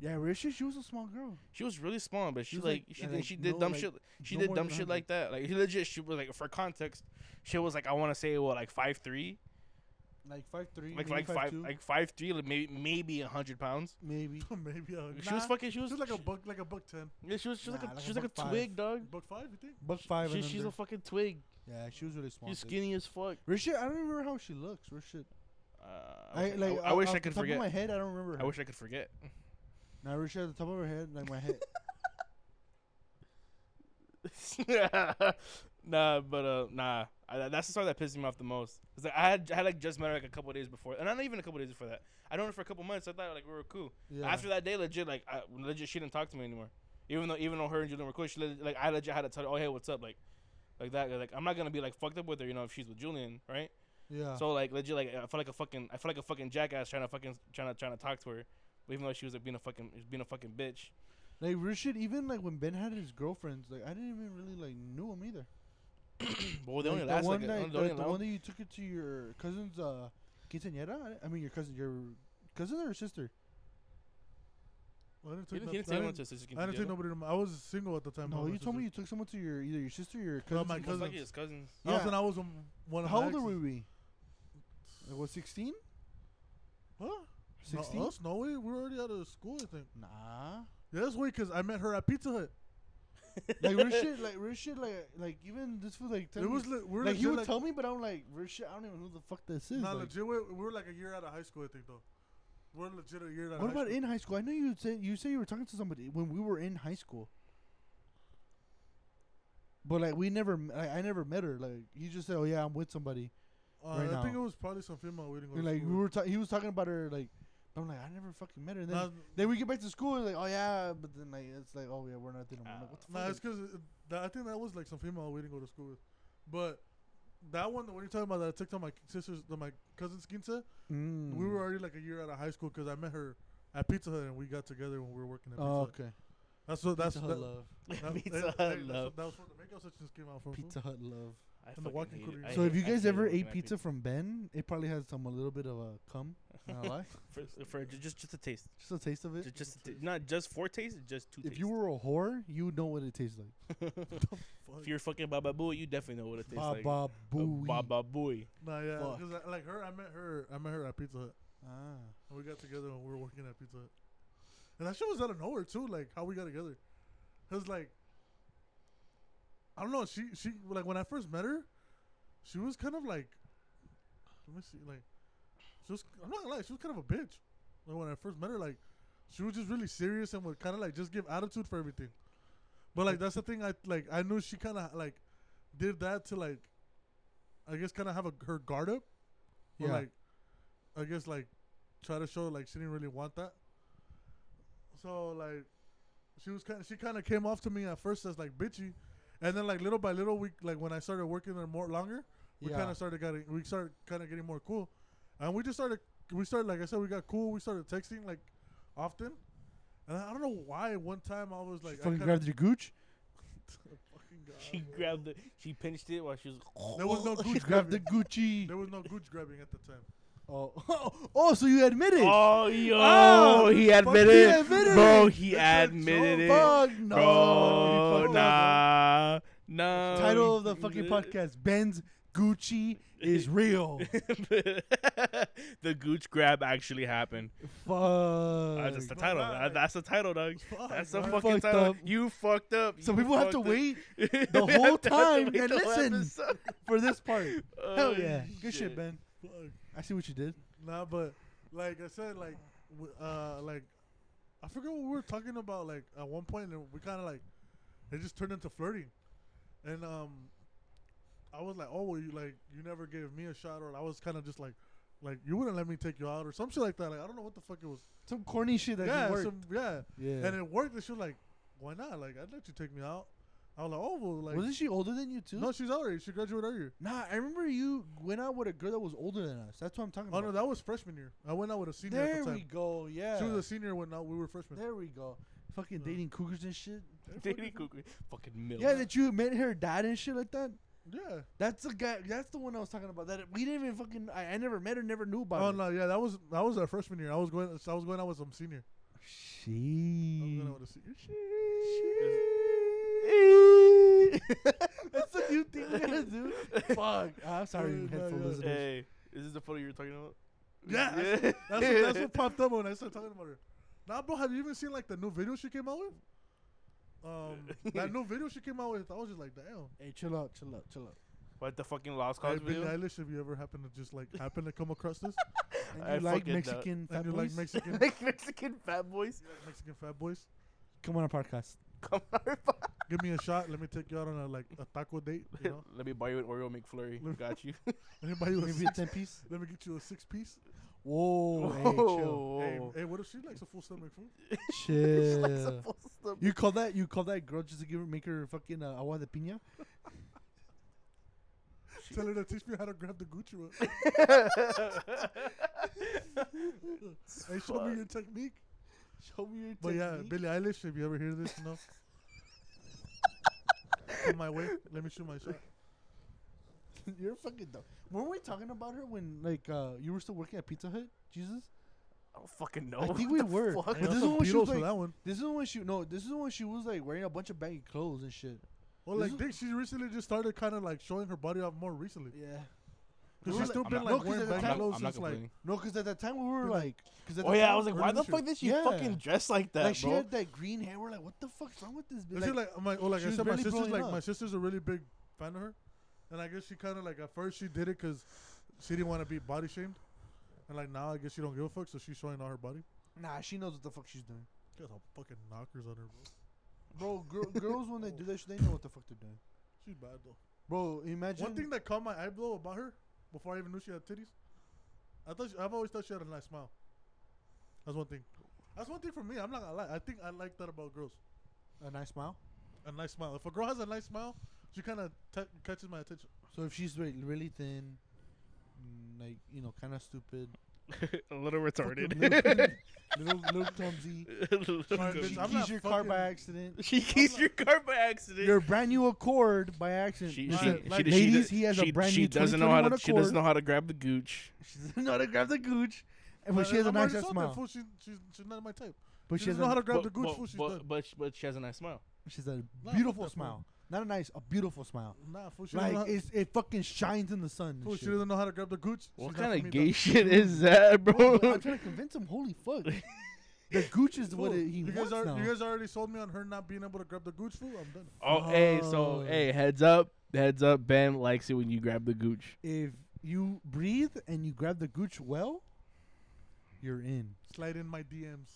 Speaker 2: Yeah, real shit. She was a small girl.
Speaker 3: She was really small, but she,
Speaker 2: She was,
Speaker 3: like,
Speaker 2: like-
Speaker 3: she
Speaker 2: yeah,
Speaker 3: did
Speaker 2: like,
Speaker 3: she did
Speaker 2: no,
Speaker 3: dumb
Speaker 2: like,
Speaker 3: shit. She
Speaker 2: no
Speaker 3: did
Speaker 2: more
Speaker 3: dumb
Speaker 2: than
Speaker 3: shit
Speaker 2: 100.
Speaker 3: like that. Like she legit. She was like for context, she was like I want to say what like five three,
Speaker 2: Like five three,
Speaker 3: like like five like five three, like maybe maybe a hundred pounds.
Speaker 2: maybe.
Speaker 1: maybe uh,
Speaker 3: She was
Speaker 1: nah,
Speaker 3: fucking. She
Speaker 1: She
Speaker 3: was
Speaker 1: was like a buck, like a buck ten,
Speaker 3: Yeah, she was. She was
Speaker 2: Nah,
Speaker 3: like a.
Speaker 2: like
Speaker 3: She
Speaker 2: a
Speaker 3: was like a
Speaker 2: buck five.
Speaker 3: twig, dog.
Speaker 1: buck five. You think?
Speaker 2: Buck five.
Speaker 3: She,
Speaker 2: and
Speaker 3: she's
Speaker 2: under.
Speaker 3: a fucking twig.
Speaker 2: yeah, she was really small.
Speaker 3: She's
Speaker 2: dude.
Speaker 3: skinny as fuck.
Speaker 2: Real shit. I don't remember how she looks. Real shit.
Speaker 3: Uh,
Speaker 2: I
Speaker 3: okay.
Speaker 2: like.
Speaker 3: I, I wish
Speaker 2: off
Speaker 3: I
Speaker 2: the
Speaker 3: could
Speaker 2: top
Speaker 3: forget.
Speaker 2: Of my head, I don't remember. Her.
Speaker 3: I wish I could forget.
Speaker 2: Now, real shit at the top of her head, like my head.
Speaker 3: nah, but uh, nah. I, that's the story that pissed me off the most. 'Cause, like, I had I had like just met her like a couple days before, and not even a couple days before that. I known her for a couple months. I thought like we were cool.
Speaker 2: Yeah.
Speaker 3: After that day, legit, like I, legit, she didn't talk to me anymore. Even though even though her and Julian were cool, she legit, like I legit had to tell her, oh hey, what's up, like, like that. Like I'm not gonna be like fucked up with her, you know, if she's with Julian, right?
Speaker 2: yeah.
Speaker 3: So like legit, like I felt like a fucking, I felt like a fucking jackass trying to fucking trying to trying to talk to her, even though she was like being a fucking being a fucking bitch.
Speaker 2: Like real shit, even like when Ben had his girlfriends, like I didn't even really like knew him either.
Speaker 3: Well, they
Speaker 2: Like,
Speaker 3: only last
Speaker 2: the one
Speaker 3: like,
Speaker 2: that,
Speaker 3: only-
Speaker 2: the,
Speaker 3: only
Speaker 2: the
Speaker 3: last-
Speaker 2: one that you took it to your cousin's uh quinceañera? I- I mean your cousin your cousin or her sister?
Speaker 1: Well, I didn't
Speaker 3: He
Speaker 1: take no-
Speaker 3: didn't, he
Speaker 1: I
Speaker 3: didn't say no
Speaker 1: didn't-
Speaker 3: to his sister.
Speaker 1: I didn't take
Speaker 3: Candida.
Speaker 1: nobody. To my, I was single at the time.
Speaker 2: No,
Speaker 1: my
Speaker 2: you told me
Speaker 1: sister-
Speaker 2: you took someone to your either your sister or your
Speaker 1: No,
Speaker 2: cousin.
Speaker 1: my
Speaker 3: Most
Speaker 1: cousins.
Speaker 3: likely his cousins.
Speaker 1: I was
Speaker 2: Yeah.
Speaker 1: when I was on one. of
Speaker 2: How
Speaker 1: my
Speaker 2: old were
Speaker 1: exes.
Speaker 2: we? Like, what, 16?
Speaker 1: Huh?
Speaker 2: 16?
Speaker 1: No, us? No, we we were already out of school. I think.
Speaker 2: Nah.
Speaker 1: Yeah, that's weird because I met her at Pizza Hut.
Speaker 2: like, real shit, like, real shit, like, like even this was like,
Speaker 1: It
Speaker 2: telling
Speaker 1: was
Speaker 2: me,
Speaker 1: le- we were
Speaker 2: like,
Speaker 1: legit,
Speaker 2: he would
Speaker 1: like,
Speaker 2: tell me, but I'm like, real shit, I don't even know who the fuck this is.
Speaker 1: Nah,
Speaker 2: like,
Speaker 1: legit. We, we were like a year out of high school. I think though. We're legit a year out.
Speaker 2: what
Speaker 1: of high
Speaker 2: about
Speaker 1: school.
Speaker 2: in high school? I know you said you said you were talking to somebody when we were in high school, but like we never, m- like, I never met her. Like you just said, oh yeah, I'm with somebody.
Speaker 1: Uh,
Speaker 2: right
Speaker 1: I think it
Speaker 2: now?
Speaker 1: was probably some female waiting.
Speaker 2: And, like we were, ta- he was talking about her. Like but I'm like, I never fucking met her. And then, then we get back to school and like, oh yeah, but then like it's like, oh yeah, we're not dating. I'm like, what the
Speaker 1: Nah,
Speaker 2: fuck?
Speaker 1: Ah, it's because I think that was like some female we didn't go to school with, but that one when you're talking about that I took to my sister's, to my cousin's quinta,
Speaker 2: Mm.
Speaker 1: we were already like a year out of high school because I met her at Pizza Hut and we got together when we were working at Pizza
Speaker 2: Oh,
Speaker 1: Hut.
Speaker 2: okay.
Speaker 1: That's what that's
Speaker 2: Pizza
Speaker 1: that,
Speaker 2: Hut love.
Speaker 1: that-
Speaker 3: Pizza
Speaker 1: hey,
Speaker 3: Hut
Speaker 1: hey, that's
Speaker 3: love.
Speaker 1: what- That was what the makeup sections came out from. fool.
Speaker 2: Pizza Hut love.
Speaker 3: I
Speaker 1: the
Speaker 3: fucking
Speaker 1: walking
Speaker 3: hate it.
Speaker 1: cooler.
Speaker 3: I
Speaker 2: So
Speaker 3: hate-
Speaker 2: if you
Speaker 3: I
Speaker 2: guys
Speaker 3: hate
Speaker 2: ever
Speaker 3: working
Speaker 2: ate
Speaker 3: at
Speaker 2: pizza from Ben, it probably has some a little bit of a cum. Not a lie.
Speaker 3: for, for ju- just just a taste,
Speaker 2: Just a taste of it.
Speaker 3: just, just a ta- not just for taste, just two.
Speaker 2: if you were a whore, you would know what it tastes like.
Speaker 3: if you're fucking Baba Booey, you definitely know what it tastes like.
Speaker 2: Baba booey.
Speaker 3: Uh, Baba Booey.
Speaker 1: Nah, yeah,
Speaker 2: Fuck.
Speaker 1: because like her, I met her, I met her at Pizza Hut
Speaker 2: Ah.
Speaker 1: and we got together when we were working at Pizza Hut, and that shit was out of nowhere too. Like how we got together, cause like I don't know, she she like when I first met her, she was kind of like, let me see, like she was I'm not gonna lie, she was kind of a bitch. Like when I first met her, like she was just really serious and would kind of like just give attitude for everything. But like that's the thing, I like I knew she kind of like did that to like, I guess kind of have a, her guard up, or
Speaker 2: Yeah.
Speaker 1: like I guess like try to show like she didn't really want that. So like she was kind of she kind of came off to me at first as like bitchy, and then like little by little we like when I started working there more longer, we
Speaker 2: Yeah.
Speaker 1: kind of started getting we started kind of getting more cool, and we just started we started like I said we got cool we started texting like often, and I don't know why one time I was like I
Speaker 2: fucking
Speaker 1: kinda-
Speaker 2: grabbed your gooch.
Speaker 1: Fucking God,
Speaker 3: She
Speaker 1: bro.
Speaker 3: grabbed it. She pinched it while she was.
Speaker 1: There was no
Speaker 2: She
Speaker 1: gooch
Speaker 2: grabbed the
Speaker 1: grabbing.
Speaker 2: Gucci.
Speaker 1: There was no gooch grabbing at the time.
Speaker 2: Oh. oh, so you admit it?
Speaker 3: Oh yo,
Speaker 2: Oh,
Speaker 3: he
Speaker 2: fuck,
Speaker 3: admitted,
Speaker 2: he
Speaker 3: it.
Speaker 2: admitted
Speaker 3: bro.
Speaker 2: it. Oh,
Speaker 3: He
Speaker 1: It's a
Speaker 3: admitted it,
Speaker 1: joke.
Speaker 2: Fuck no.
Speaker 3: bro.
Speaker 2: Fuck no.
Speaker 3: nah, no.
Speaker 2: Title of the fucking podcast: Ben's Gucci is real.
Speaker 3: the gooch grab actually happened.
Speaker 2: Fuck.
Speaker 3: Uh, that's the
Speaker 1: my
Speaker 3: title.
Speaker 1: God.
Speaker 3: That- that's the title, dog.
Speaker 1: Fuck,
Speaker 3: That's the
Speaker 1: bro.
Speaker 2: You
Speaker 3: fucking
Speaker 2: fucked
Speaker 3: title.
Speaker 2: up.
Speaker 3: You fucked up.
Speaker 2: so
Speaker 3: You
Speaker 2: people have to
Speaker 3: fucked up.
Speaker 2: wait
Speaker 3: the
Speaker 2: whole time and listen. for this part.
Speaker 3: Oh,
Speaker 2: Hell yeah. Good shit, Ben.
Speaker 1: Fuck.
Speaker 2: I see what you did.
Speaker 1: Nah, but like I said, like w- uh, like I forget what we were talking about. Like at one point, and we kind of like it just turned into flirting, and um, I was like, oh, well, you like you never gave me a shot, or I was kind of just like. Like you wouldn't let me take you out or some shit like that. Like I don't know what the fuck it was.
Speaker 2: Some corny shit that
Speaker 1: yeah,
Speaker 2: yeah, worked.
Speaker 1: some, yeah,
Speaker 2: yeah.
Speaker 1: And it worked. And she was like, "Why not? Like I'd let you take me out." I was like, "Oh well, like
Speaker 2: Wasn't she older than you too?
Speaker 1: no, she's already she graduated earlier."
Speaker 2: Nah, I remember you went out with a girl that was older than us. That's what I'm talking
Speaker 1: Oh no,
Speaker 2: about.
Speaker 1: that was freshman year. I went out with a senior
Speaker 2: there
Speaker 1: at the time.
Speaker 2: we go. Yeah.
Speaker 1: She was a senior when uh, we were freshmen.
Speaker 2: there we go. Fucking
Speaker 1: Yeah.
Speaker 2: dating cougars and shit.
Speaker 3: Diddy Cuckoo. Fucking milk.
Speaker 2: Yeah, that you met her dad and shit like that.
Speaker 1: Yeah.
Speaker 2: That's the guy. That's the one I was talking about. That we didn't even fucking. I, I never met her. Never knew about
Speaker 1: Oh
Speaker 2: her.
Speaker 1: no, yeah, that was that was our freshman year. I was going, I was going out with some senior. I was
Speaker 2: She.
Speaker 1: going out with a senior.
Speaker 2: Mm. that's the new thing we gotta do. Fuck. I'm sorry,
Speaker 1: Yeah, no,
Speaker 2: headphone
Speaker 1: yeah.
Speaker 2: listeners.
Speaker 3: Hey, is this the photo you were talking about?
Speaker 1: Yeah, that's,
Speaker 3: Yeah.
Speaker 1: that's, what, that's what popped up when I started talking about her. Nah, bro, have you even seen like the new video she came out with? Um, that new video she came out with, I was just like, damn.
Speaker 2: Hey, chill out, chill out, chill out.
Speaker 3: What the fucking lost
Speaker 1: Hey,
Speaker 3: cause
Speaker 1: Billie
Speaker 3: video?
Speaker 1: Eilish, if you ever happen to just like happen to come across this,
Speaker 2: And
Speaker 3: I
Speaker 2: you like
Speaker 3: fucking doubt-
Speaker 2: Mexican fat
Speaker 1: and you
Speaker 2: boys?
Speaker 1: like Mexican,
Speaker 3: like Mexican fat boys.
Speaker 1: like Mexican fat boys,
Speaker 2: Come on a podcast.
Speaker 3: Come on,
Speaker 1: give me a shot. Let me take you out on a like a taco date. You know,
Speaker 3: Let me buy you an Oreo McFlurry. Got you.
Speaker 1: let me buy you a
Speaker 2: Maybe
Speaker 1: six,
Speaker 2: a ten piece.
Speaker 1: let me get you a six piece.
Speaker 2: Whoa, hey, chill, Oh.
Speaker 1: Hey,
Speaker 3: Whoa.
Speaker 1: hey, what if she likes a full stomach food?
Speaker 2: chill. you call that you call that girl just to give her make her fucking uh, agua de piña?
Speaker 1: Tell her to teach me how to grab the Gucci one. hey, show me your technique.
Speaker 2: Show me your
Speaker 1: But yeah, Billie Eilish, if you ever hear this, you know. Come my way. Let me shoot my shot.
Speaker 2: you're fucking dumb. Weren't we talking about her when like uh, you were still working at Pizza Hut? Jesus,
Speaker 3: I don't fucking know.
Speaker 2: I
Speaker 3: What
Speaker 2: think we
Speaker 3: the
Speaker 2: were,
Speaker 3: fuck?
Speaker 2: but this is
Speaker 1: some
Speaker 2: when she
Speaker 1: Beatles
Speaker 2: was
Speaker 1: for
Speaker 2: like,
Speaker 1: that one.
Speaker 2: this is when she no, this is when she was like wearing a bunch of baggy clothes and shit.
Speaker 1: Well,
Speaker 2: this
Speaker 1: like
Speaker 2: is-
Speaker 1: Dick, she recently just started kind of like showing her body off more recently.
Speaker 2: Yeah.
Speaker 1: Cause
Speaker 2: Really?
Speaker 1: she's still
Speaker 3: I'm
Speaker 1: been
Speaker 3: not-
Speaker 2: No,
Speaker 1: like
Speaker 2: 'cause
Speaker 1: wearing
Speaker 2: at the
Speaker 1: baggy
Speaker 2: time-
Speaker 1: clothes
Speaker 3: I'm not
Speaker 1: since like
Speaker 3: complaining.
Speaker 2: No, because at that time we were
Speaker 1: Dude,
Speaker 2: like, cause at
Speaker 3: Oh
Speaker 2: the
Speaker 3: yeah,
Speaker 2: time-
Speaker 3: I was like,
Speaker 1: early
Speaker 3: why the
Speaker 1: this year.
Speaker 3: fuck did she
Speaker 2: Yeah.
Speaker 3: fucking dress like that,
Speaker 2: like she
Speaker 3: bro?
Speaker 2: had that green hair. We're like, what the fuck's wrong with this bitch?
Speaker 1: It's just like, I'm like, oh, like
Speaker 2: she
Speaker 1: I
Speaker 2: was
Speaker 1: said, my
Speaker 2: barely
Speaker 1: sister's
Speaker 2: blowing
Speaker 1: like,
Speaker 2: up.
Speaker 1: my sister's a really big fan of her, and I guess she kind of like at first she did it because she didn't want to be body shamed, and like now I guess she don't give a fuck, so she's showing all her body.
Speaker 2: nah, she knows what the fuck she's doing.
Speaker 1: She has all fucking knockers on her. Bro.
Speaker 2: Bro, gir- girls when they do that, shit, they know what the fuck they're doing.
Speaker 1: She's bad though.
Speaker 2: Bro, imagine.
Speaker 1: One thing that caught my eye though about her before I even knew she had titties, I thought she, I've always thought she had a nice smile. That's one thing. That's one thing for me. I'm not gonna lie. I think I like that about girls.
Speaker 2: a nice smile.
Speaker 1: A nice smile. If a girl has a nice smile, she kind of t- catches my attention.
Speaker 2: So if she's like really thin, mm, like you know, kind of stupid,
Speaker 3: a little retarded.
Speaker 2: little, little, little clumsy,
Speaker 1: Alright,
Speaker 2: she
Speaker 1: bitch, I'm
Speaker 2: keys
Speaker 1: not
Speaker 2: your car by
Speaker 1: fucking-
Speaker 2: accident.
Speaker 3: she keys your car by accident.
Speaker 2: Your brand new Accord by accident.
Speaker 3: she, she,
Speaker 1: Like-
Speaker 3: she,
Speaker 1: like-
Speaker 3: she-
Speaker 2: ladies,
Speaker 3: she-
Speaker 2: he has a
Speaker 3: she-
Speaker 2: brand
Speaker 3: she
Speaker 2: new
Speaker 3: doesn't know how to.
Speaker 2: 2021
Speaker 3: She doesn't
Speaker 2: Accord.
Speaker 3: know how to grab the gooch.
Speaker 2: She doesn't know how to grab the gooch, and but
Speaker 1: Like,
Speaker 2: she has a
Speaker 1: I'm
Speaker 2: nice
Speaker 1: already
Speaker 2: ass
Speaker 1: sold that,
Speaker 2: smile.
Speaker 1: fool. She's, she's, she's not my type.
Speaker 2: But
Speaker 1: she,
Speaker 2: she has
Speaker 1: doesn't know how to
Speaker 2: a,
Speaker 1: grab
Speaker 3: But-
Speaker 1: the gooch.
Speaker 3: but-
Speaker 1: fool, she's
Speaker 3: but,
Speaker 1: done.
Speaker 3: but, but she has a nice smile.
Speaker 2: she's a
Speaker 1: fuck
Speaker 2: beautiful
Speaker 1: that fool.
Speaker 2: smile. Not a nice, a beautiful smile.
Speaker 1: Nah, fool, she, doesn't know
Speaker 2: Like
Speaker 1: how,
Speaker 2: it's, it fucking shines in the sun. and
Speaker 1: fool, she
Speaker 2: shit.
Speaker 1: doesn't know how to grab the gooch.
Speaker 3: What
Speaker 1: She's not
Speaker 3: kind
Speaker 1: for me,
Speaker 3: of gay
Speaker 1: dog.
Speaker 3: shit is that,
Speaker 2: Bro,
Speaker 3: bro?
Speaker 2: but I'm trying to convince him. Holy fuck, the gooch is what
Speaker 1: Fool,
Speaker 2: it, he
Speaker 1: you guys
Speaker 2: wants
Speaker 1: are,
Speaker 2: now.
Speaker 1: You guys already sold me on her not being able to grab the gooch. Fool, I'm done.
Speaker 3: oh, hey, so
Speaker 2: Fuck.
Speaker 3: hey, heads up, heads up. Ben likes it when you grab the gooch.
Speaker 2: if you breathe and you grab the gooch well, you're in.
Speaker 1: Slide in my DMs.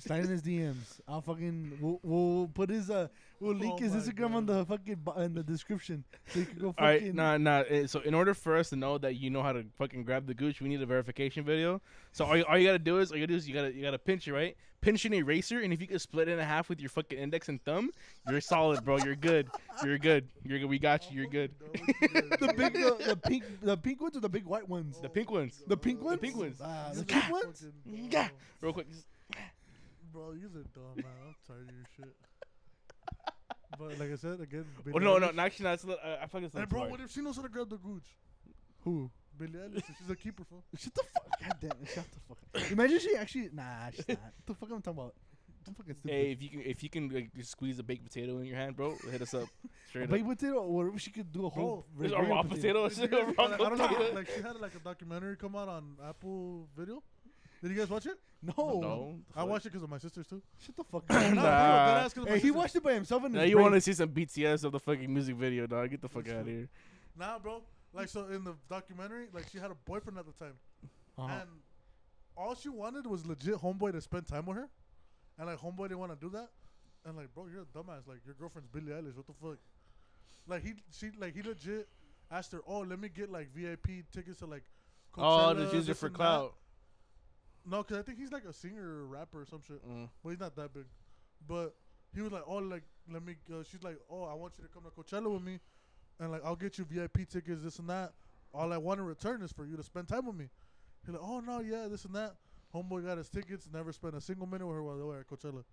Speaker 2: Slide in his DMs. I'll fucking we'll, we'll put his uh we'll link
Speaker 1: Oh
Speaker 2: his
Speaker 1: my
Speaker 2: Instagram on
Speaker 1: God.
Speaker 2: the fucking bo- in the description so you can go fucking.
Speaker 3: All right, nah, nah. eh, So in order for us to know that you know how to fucking grab the gooch, we need a verification video. So all you, all you gotta do is all you gotta do is you gotta you gotta pinch it right, pinch an eraser, and if you can split it in half with your fucking index and thumb, you're solid, bro. You're good. You're good. You're good. We got you. You're good.
Speaker 2: The big the, the pink the pink ones or the big white ones.
Speaker 3: The pink ones.
Speaker 2: The pink ones.
Speaker 3: pink ones.
Speaker 2: Ah, the
Speaker 1: You're
Speaker 2: pink
Speaker 1: a
Speaker 2: ones.
Speaker 1: fucking
Speaker 3: Yeah.
Speaker 1: dumb.
Speaker 3: Real quick.
Speaker 1: Bro, you're a dumb man. I'm tired of your shit. But like I said again,
Speaker 3: Oh
Speaker 1: Billie
Speaker 3: no, no,
Speaker 1: Eilish-
Speaker 3: no, actually, no, it's a little, uh, I feel like it's
Speaker 1: Hey,
Speaker 3: not
Speaker 1: bro,
Speaker 3: smart.
Speaker 1: what if she knows how to grab the gooch?
Speaker 2: Who?
Speaker 1: Billie Eilish, she's a keeper, fool.
Speaker 2: Shut the fuck. God damn it. Shut the fuck. up. Imagine she actually. Nah, she's not. the fuck I'm talking about. I'm fucking stupid.
Speaker 3: Hey, if you can, if you can like, just squeeze a baked potato in your hand, bro, hit us up. Straight
Speaker 2: a
Speaker 3: up.
Speaker 2: baked potato or if she could do a whole.
Speaker 3: Is it a
Speaker 2: regular
Speaker 3: raw potato? Is
Speaker 1: Did
Speaker 3: it
Speaker 1: you
Speaker 3: Oh, a
Speaker 1: guys-
Speaker 3: raw
Speaker 1: I don't know.
Speaker 3: potato?
Speaker 1: Like she had like a documentary come out on Apple Video. Did you guys watch it?
Speaker 2: No.
Speaker 3: No.
Speaker 1: I watched it because of my sisters too.
Speaker 2: Shut the fuck up.
Speaker 1: No, for
Speaker 3: Nah.
Speaker 1: real, deadass, 'cause of my
Speaker 2: Hey, he
Speaker 1: sister.
Speaker 2: watched it by himself in his
Speaker 3: Now you
Speaker 2: break.
Speaker 3: want to see some BTS of the fucking music video, dog? Get the fuck out of here.
Speaker 1: Nah, bro. Like so in the documentary, like she had a boyfriend at the time,
Speaker 2: Uh-huh.
Speaker 1: and all she wanted was legit homeboy to spend time with her, and like homeboy didn't want to do that, and like bro, you're a dumbass. Like your girlfriend's Billie Eilish. What the fuck? Like he, she, like he legit asked her, oh, let me get like VIP tickets to like.
Speaker 3: Oh,
Speaker 1: Coachella,
Speaker 3: just use it
Speaker 1: this
Speaker 3: for
Speaker 1: and that."
Speaker 3: clout.
Speaker 1: No, because I think he's like a singer or rapper or some shit.
Speaker 3: Mm.
Speaker 1: Well, he's not that big, but he was like, "Oh, like let me." Uh, she's like, "Oh, I want you to come to Coachella with me, and like I'll get you VIP tickets, this and that. All I want in return is for you to spend time with me." He's like, "Oh no, yeah, this and that." Homeboy got his tickets, never spent a single minute with her while they were at Coachella.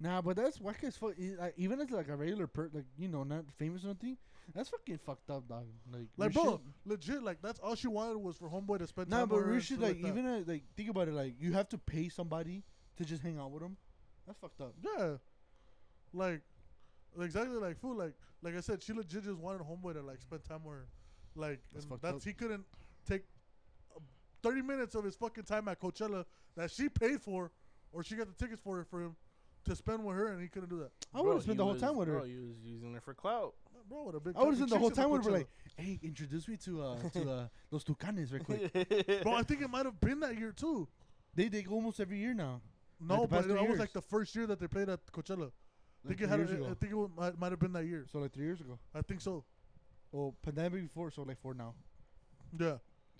Speaker 2: Nah, but that's whack as fuck. E- like, Even as like a regular per, like you know, not famous or nothing. That's fucking fucked up, dog. Like,
Speaker 1: Like,
Speaker 2: we
Speaker 1: bro,
Speaker 2: should-
Speaker 1: legit, like that's all she wanted was for homeboy to spend
Speaker 2: Nah,
Speaker 1: time. with
Speaker 2: but
Speaker 1: her
Speaker 2: we
Speaker 1: and
Speaker 2: should
Speaker 1: shit
Speaker 2: like
Speaker 1: that.
Speaker 2: even uh, like think about it. Like you have to pay somebody to just hang out with them. That's fucked up.
Speaker 1: yeah, like exactly like food. Like like I said, she legit just wanted homeboy to like spend time with her. Like
Speaker 2: That's
Speaker 1: and
Speaker 2: fucked
Speaker 1: that's
Speaker 2: up.
Speaker 1: he couldn't take uh, thirty minutes of his fucking time at Coachella that she paid for, or she got the tickets for for him to spend with her, and he couldn't do that.
Speaker 2: I would have spent the whole time with her.
Speaker 3: Bro, he was using her for clout.
Speaker 1: Bro, what a big.
Speaker 2: I would
Speaker 1: fucking
Speaker 2: have spent the whole
Speaker 1: chicks at
Speaker 2: time with her.
Speaker 1: Coachella.
Speaker 2: Like, hey, introduce me to uh to uh, those tucanes real quick.
Speaker 1: Bro, I think it might have been that year too.
Speaker 2: They they go almost every year now.
Speaker 1: No,
Speaker 2: the past
Speaker 1: but it
Speaker 2: three
Speaker 1: was
Speaker 2: years.
Speaker 1: like the first year that they played at Coachella. I
Speaker 2: Like
Speaker 1: think it,
Speaker 2: three
Speaker 1: had,
Speaker 2: years
Speaker 1: I
Speaker 2: ago.
Speaker 1: think it wa- might, might have been that year.
Speaker 2: So like three years ago.
Speaker 1: I think so.
Speaker 2: Oh, pandemic before, so like four now.
Speaker 1: Yeah,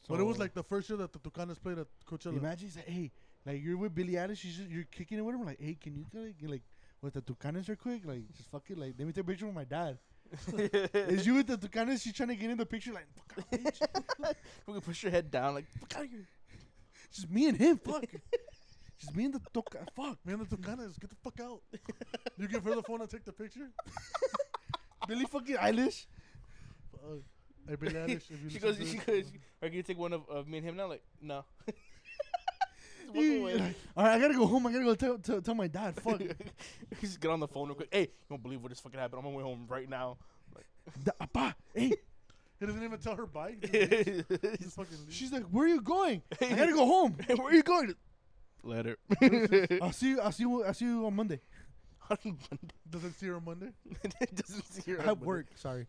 Speaker 1: but it was
Speaker 2: So-
Speaker 1: like the first year that the Tucanes played at Coachella.
Speaker 2: Imagine he's like, hey, like you're with Billy Eilish, she's just, you're kicking it with him. Like, hey, can you like, get, like with the Tucanes real quick? Like, just fuck it. Like, let me take a picture with my dad. Is you with the Tucanes? She's trying to get in the picture. Like, fuck off, bitch.
Speaker 3: We can push your head down like fuck out of here.
Speaker 2: just me and him. Fuck. just me and the Tucanes. Fuck.
Speaker 1: Man, the Tucanes, get the fuck out. you give her the phone and take the picture?
Speaker 2: Billy fucking Eilish.
Speaker 1: Fuck. Hey, Billie Eilish, if you
Speaker 3: She
Speaker 1: listen
Speaker 3: goes.
Speaker 1: to
Speaker 3: She
Speaker 1: this,
Speaker 3: goes. Are you gonna take one of, of me and him now? Like no.
Speaker 6: Just walk away.
Speaker 2: All right, I gotta go home. I gotta go tell, tell, tell my dad. Fuck.
Speaker 3: just get on the phone real quick. Hey, you won't believe what just fucking happened. I'm on my way home right now.
Speaker 2: Da- Appa, hey.
Speaker 1: He doesn't even tell her bye. He just leaves. He
Speaker 3: Where
Speaker 1: just fucking leaves.
Speaker 2: She's like, "Where are you going? I gotta go home.
Speaker 3: are you going? Later.
Speaker 2: I'll see you. I'll see you. I'll see you on Monday.
Speaker 1: doesn't see her on Monday.
Speaker 3: it doesn't see her.
Speaker 2: At work. Sorry.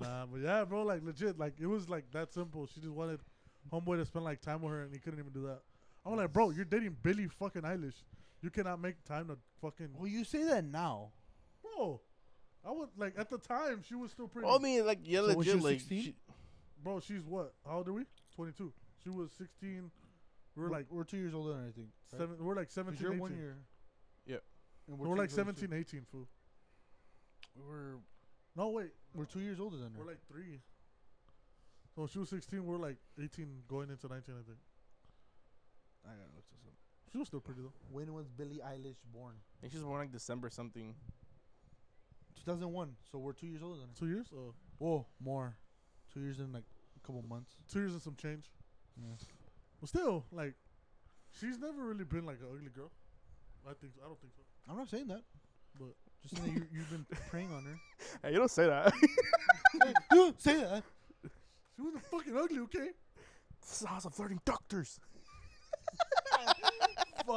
Speaker 1: Nah, but yeah, bro, like legit, like it was like that simple. She just wanted homeboy to spend like time with her, and he couldn't even do that. I'm like, bro, you're dating Billy fucking Eilish. You cannot make time to fucking.
Speaker 2: Well, you say that now.
Speaker 1: Bro, I was like at the time she was still pretty.
Speaker 3: Well, I mean, like, yeah,
Speaker 2: So when she
Speaker 3: legit,
Speaker 2: was
Speaker 3: like,
Speaker 2: 16?
Speaker 3: she-
Speaker 1: bro, she's what? How old are we? 22. She was 16. We
Speaker 2: We're
Speaker 1: were like
Speaker 2: like we're two years older than I think. right?
Speaker 1: seven. we We're like
Speaker 2: 'Cause
Speaker 1: 17,
Speaker 2: you're
Speaker 1: 18.
Speaker 2: one year.
Speaker 3: Yeah.
Speaker 2: And
Speaker 1: We're,
Speaker 2: two
Speaker 1: like
Speaker 2: years older, so
Speaker 1: 17, 18, fool.
Speaker 2: We're
Speaker 1: No, wait.
Speaker 2: we're two years older than her.
Speaker 1: We're like three. So she was 16. We're like 18, going into 19, I think.
Speaker 2: I gotta look this up.
Speaker 1: She was still pretty though.
Speaker 2: When was Billie Eilish born?
Speaker 3: I think she was born like December something.
Speaker 2: 2001. So we're two years older than her.
Speaker 1: Two years? Oh,
Speaker 2: Whoa, more. Two years and like a couple months.
Speaker 1: two years and some change.
Speaker 2: Yeah.
Speaker 1: But still, like, she's never really been like an ugly girl. I think. I don't think so.
Speaker 2: I'm not saying that, but
Speaker 1: But-
Speaker 2: just saying that you, you've been preying on her.
Speaker 3: Hey, you don't say that.
Speaker 2: You say that.
Speaker 1: She wasn't fucking ugly, okay?
Speaker 3: this is a house of flirting doctors.
Speaker 2: Fuck.
Speaker 3: Oh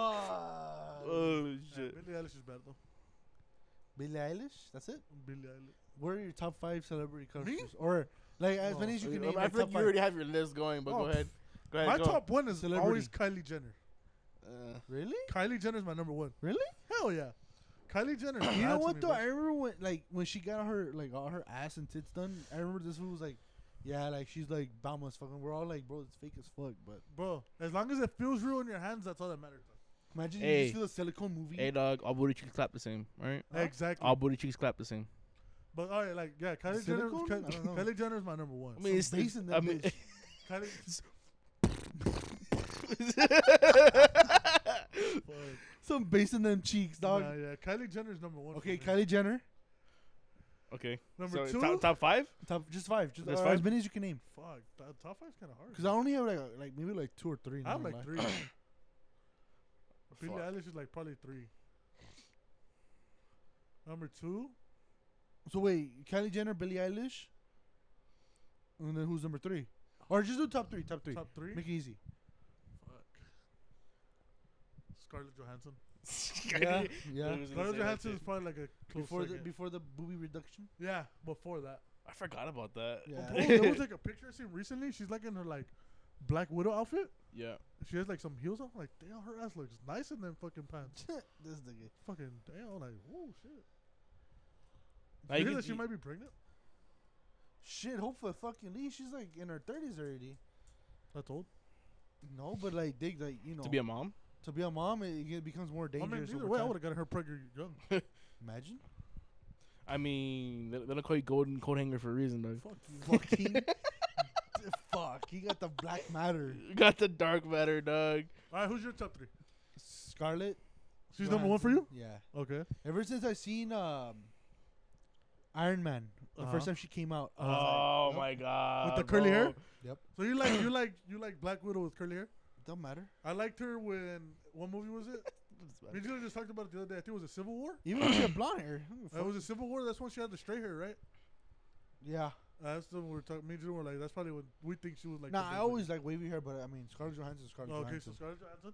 Speaker 1: Yeah,
Speaker 3: shit.
Speaker 1: Billie Eilish is bad though.
Speaker 2: Billie Eilish. That's it.
Speaker 1: Billie Eilish.
Speaker 2: What are your top five celebrity covers? Or like as
Speaker 1: No.
Speaker 2: many as you
Speaker 3: Okay,
Speaker 2: can
Speaker 3: I, I
Speaker 2: name. like,
Speaker 3: feel like
Speaker 2: top
Speaker 3: you
Speaker 2: five.
Speaker 3: already have your list going, but
Speaker 1: Oh,
Speaker 3: go ahead. Go ahead.
Speaker 1: My
Speaker 3: go.
Speaker 1: top one is
Speaker 2: Celebrity.
Speaker 1: always Kylie Jenner.
Speaker 3: Uh,
Speaker 2: Really?
Speaker 1: Kylie Jenner is my number one.
Speaker 2: Really?
Speaker 1: Hell yeah. Kylie Jenner. is bad
Speaker 2: You know
Speaker 1: to
Speaker 2: what
Speaker 1: me,
Speaker 2: though?
Speaker 1: bro.
Speaker 2: I remember when like when she got her like all her ass and tits done. I remember this one was like, yeah, like she's like bomb as fucking. We're all like, bro, it's fake as fuck. But
Speaker 1: Bro, as long as it feels real in your hands, that's all that matters.
Speaker 2: imagine you
Speaker 3: Hey.
Speaker 2: just feel a silicone movie.
Speaker 3: hey dog, all booty cheeks clap the same, right?
Speaker 2: Huh?
Speaker 1: Exactly.
Speaker 3: All booty cheeks clap the same.
Speaker 1: but all right, like yeah, Kylie Jenner.
Speaker 2: Silicone?
Speaker 1: Ky-
Speaker 2: I don't know.
Speaker 1: Kylie Jenner is my number one.
Speaker 3: I mean, it's,
Speaker 2: bass
Speaker 3: it's
Speaker 2: in that
Speaker 3: I mean,
Speaker 2: bitch.
Speaker 1: Kylie, fuck.
Speaker 2: Some bass in them cheeks, dog.
Speaker 1: Nah, yeah, Kylie Jenner's number one. for
Speaker 2: Okay,
Speaker 1: me.
Speaker 2: Kylie Jenner.
Speaker 3: okay.
Speaker 1: Number
Speaker 3: so
Speaker 1: two.
Speaker 3: top, top five.
Speaker 2: Top, just five, just
Speaker 3: There's
Speaker 2: or
Speaker 3: five?
Speaker 2: as many as you can name.
Speaker 1: Fuck, that top five's kind of hard.
Speaker 2: Cause I only have like a- like maybe like two or three.
Speaker 1: I have like
Speaker 2: not gonna
Speaker 1: three.
Speaker 2: lie.
Speaker 1: Billie Eilish is like probably three. Number two,
Speaker 2: So wait, Kylie Jenner, Billie Eilish, and then who's number three? Or just do top three, top three.
Speaker 1: top three.
Speaker 2: Make it easy.
Speaker 1: Fuck. Scarlett Johansson.
Speaker 2: yeah, yeah.
Speaker 1: Scarlett Johansson is probably like a close
Speaker 2: Before the
Speaker 1: second.
Speaker 2: before the booby reduction.
Speaker 1: yeah, before that.
Speaker 3: I forgot about that.
Speaker 2: Yeah.
Speaker 1: Oh, there was like a picture I seen recently. She's like in her like Black Widow outfit.
Speaker 3: yeah.
Speaker 1: She has like some heels on. Like damn, her ass looks nice in them fucking pants.
Speaker 2: this nigga.
Speaker 1: fucking damn, like oh shit.
Speaker 3: Now
Speaker 1: you
Speaker 3: you
Speaker 1: hear
Speaker 3: can-
Speaker 1: that she
Speaker 3: you-
Speaker 1: might be pregnant?
Speaker 2: Shit, hopefully fucking Lee. She's like in her thirties already.
Speaker 1: That's old.
Speaker 2: No, but like dig like you know
Speaker 3: To be a mom.
Speaker 2: to be a mom, it, it becomes more
Speaker 1: I mean,
Speaker 2: dangerous.
Speaker 1: either
Speaker 2: over
Speaker 1: way, I
Speaker 2: time.
Speaker 1: would have got her pregnant young.
Speaker 2: imagine.
Speaker 3: I mean, they, they don't call you golden coat hanger for a reason, dog.
Speaker 1: Fuck you.
Speaker 2: fucking fuck. He got the black matter.
Speaker 3: You got the dark matter, dog.
Speaker 1: All right, who's your top three?
Speaker 2: Scarlet.
Speaker 1: She's number one for you.
Speaker 2: Yeah.
Speaker 1: Okay.
Speaker 2: Ever since I seen um, Iron Man, the first
Speaker 1: Uh-huh.
Speaker 2: time she came out, I was
Speaker 3: Oh
Speaker 1: Yep.
Speaker 3: my god.
Speaker 1: With the curly hair?
Speaker 3: bro.
Speaker 2: like, "Yep,
Speaker 1: So you like you like you like Black Widow with curly hair?
Speaker 2: don't matter."
Speaker 1: I liked her when what movie was it? We literally just talked about it the other day. I think it was a Civil War.
Speaker 2: Even if she had blonde hair, I don't give a
Speaker 1: It
Speaker 2: fuck.
Speaker 1: was a Civil War. That's when she had the straight hair, right?
Speaker 2: yeah.
Speaker 1: Uh, that's the one we were talking. Me and Jordan were like, that's probably when we think she was like.
Speaker 2: nah,
Speaker 1: the
Speaker 2: I
Speaker 1: big
Speaker 2: always like wavy hair, but I mean Scarlett Johansson,
Speaker 1: lady.
Speaker 2: Scarlett
Speaker 1: Oh, okay, so
Speaker 2: Johansson.
Speaker 1: Scarlett Johansson.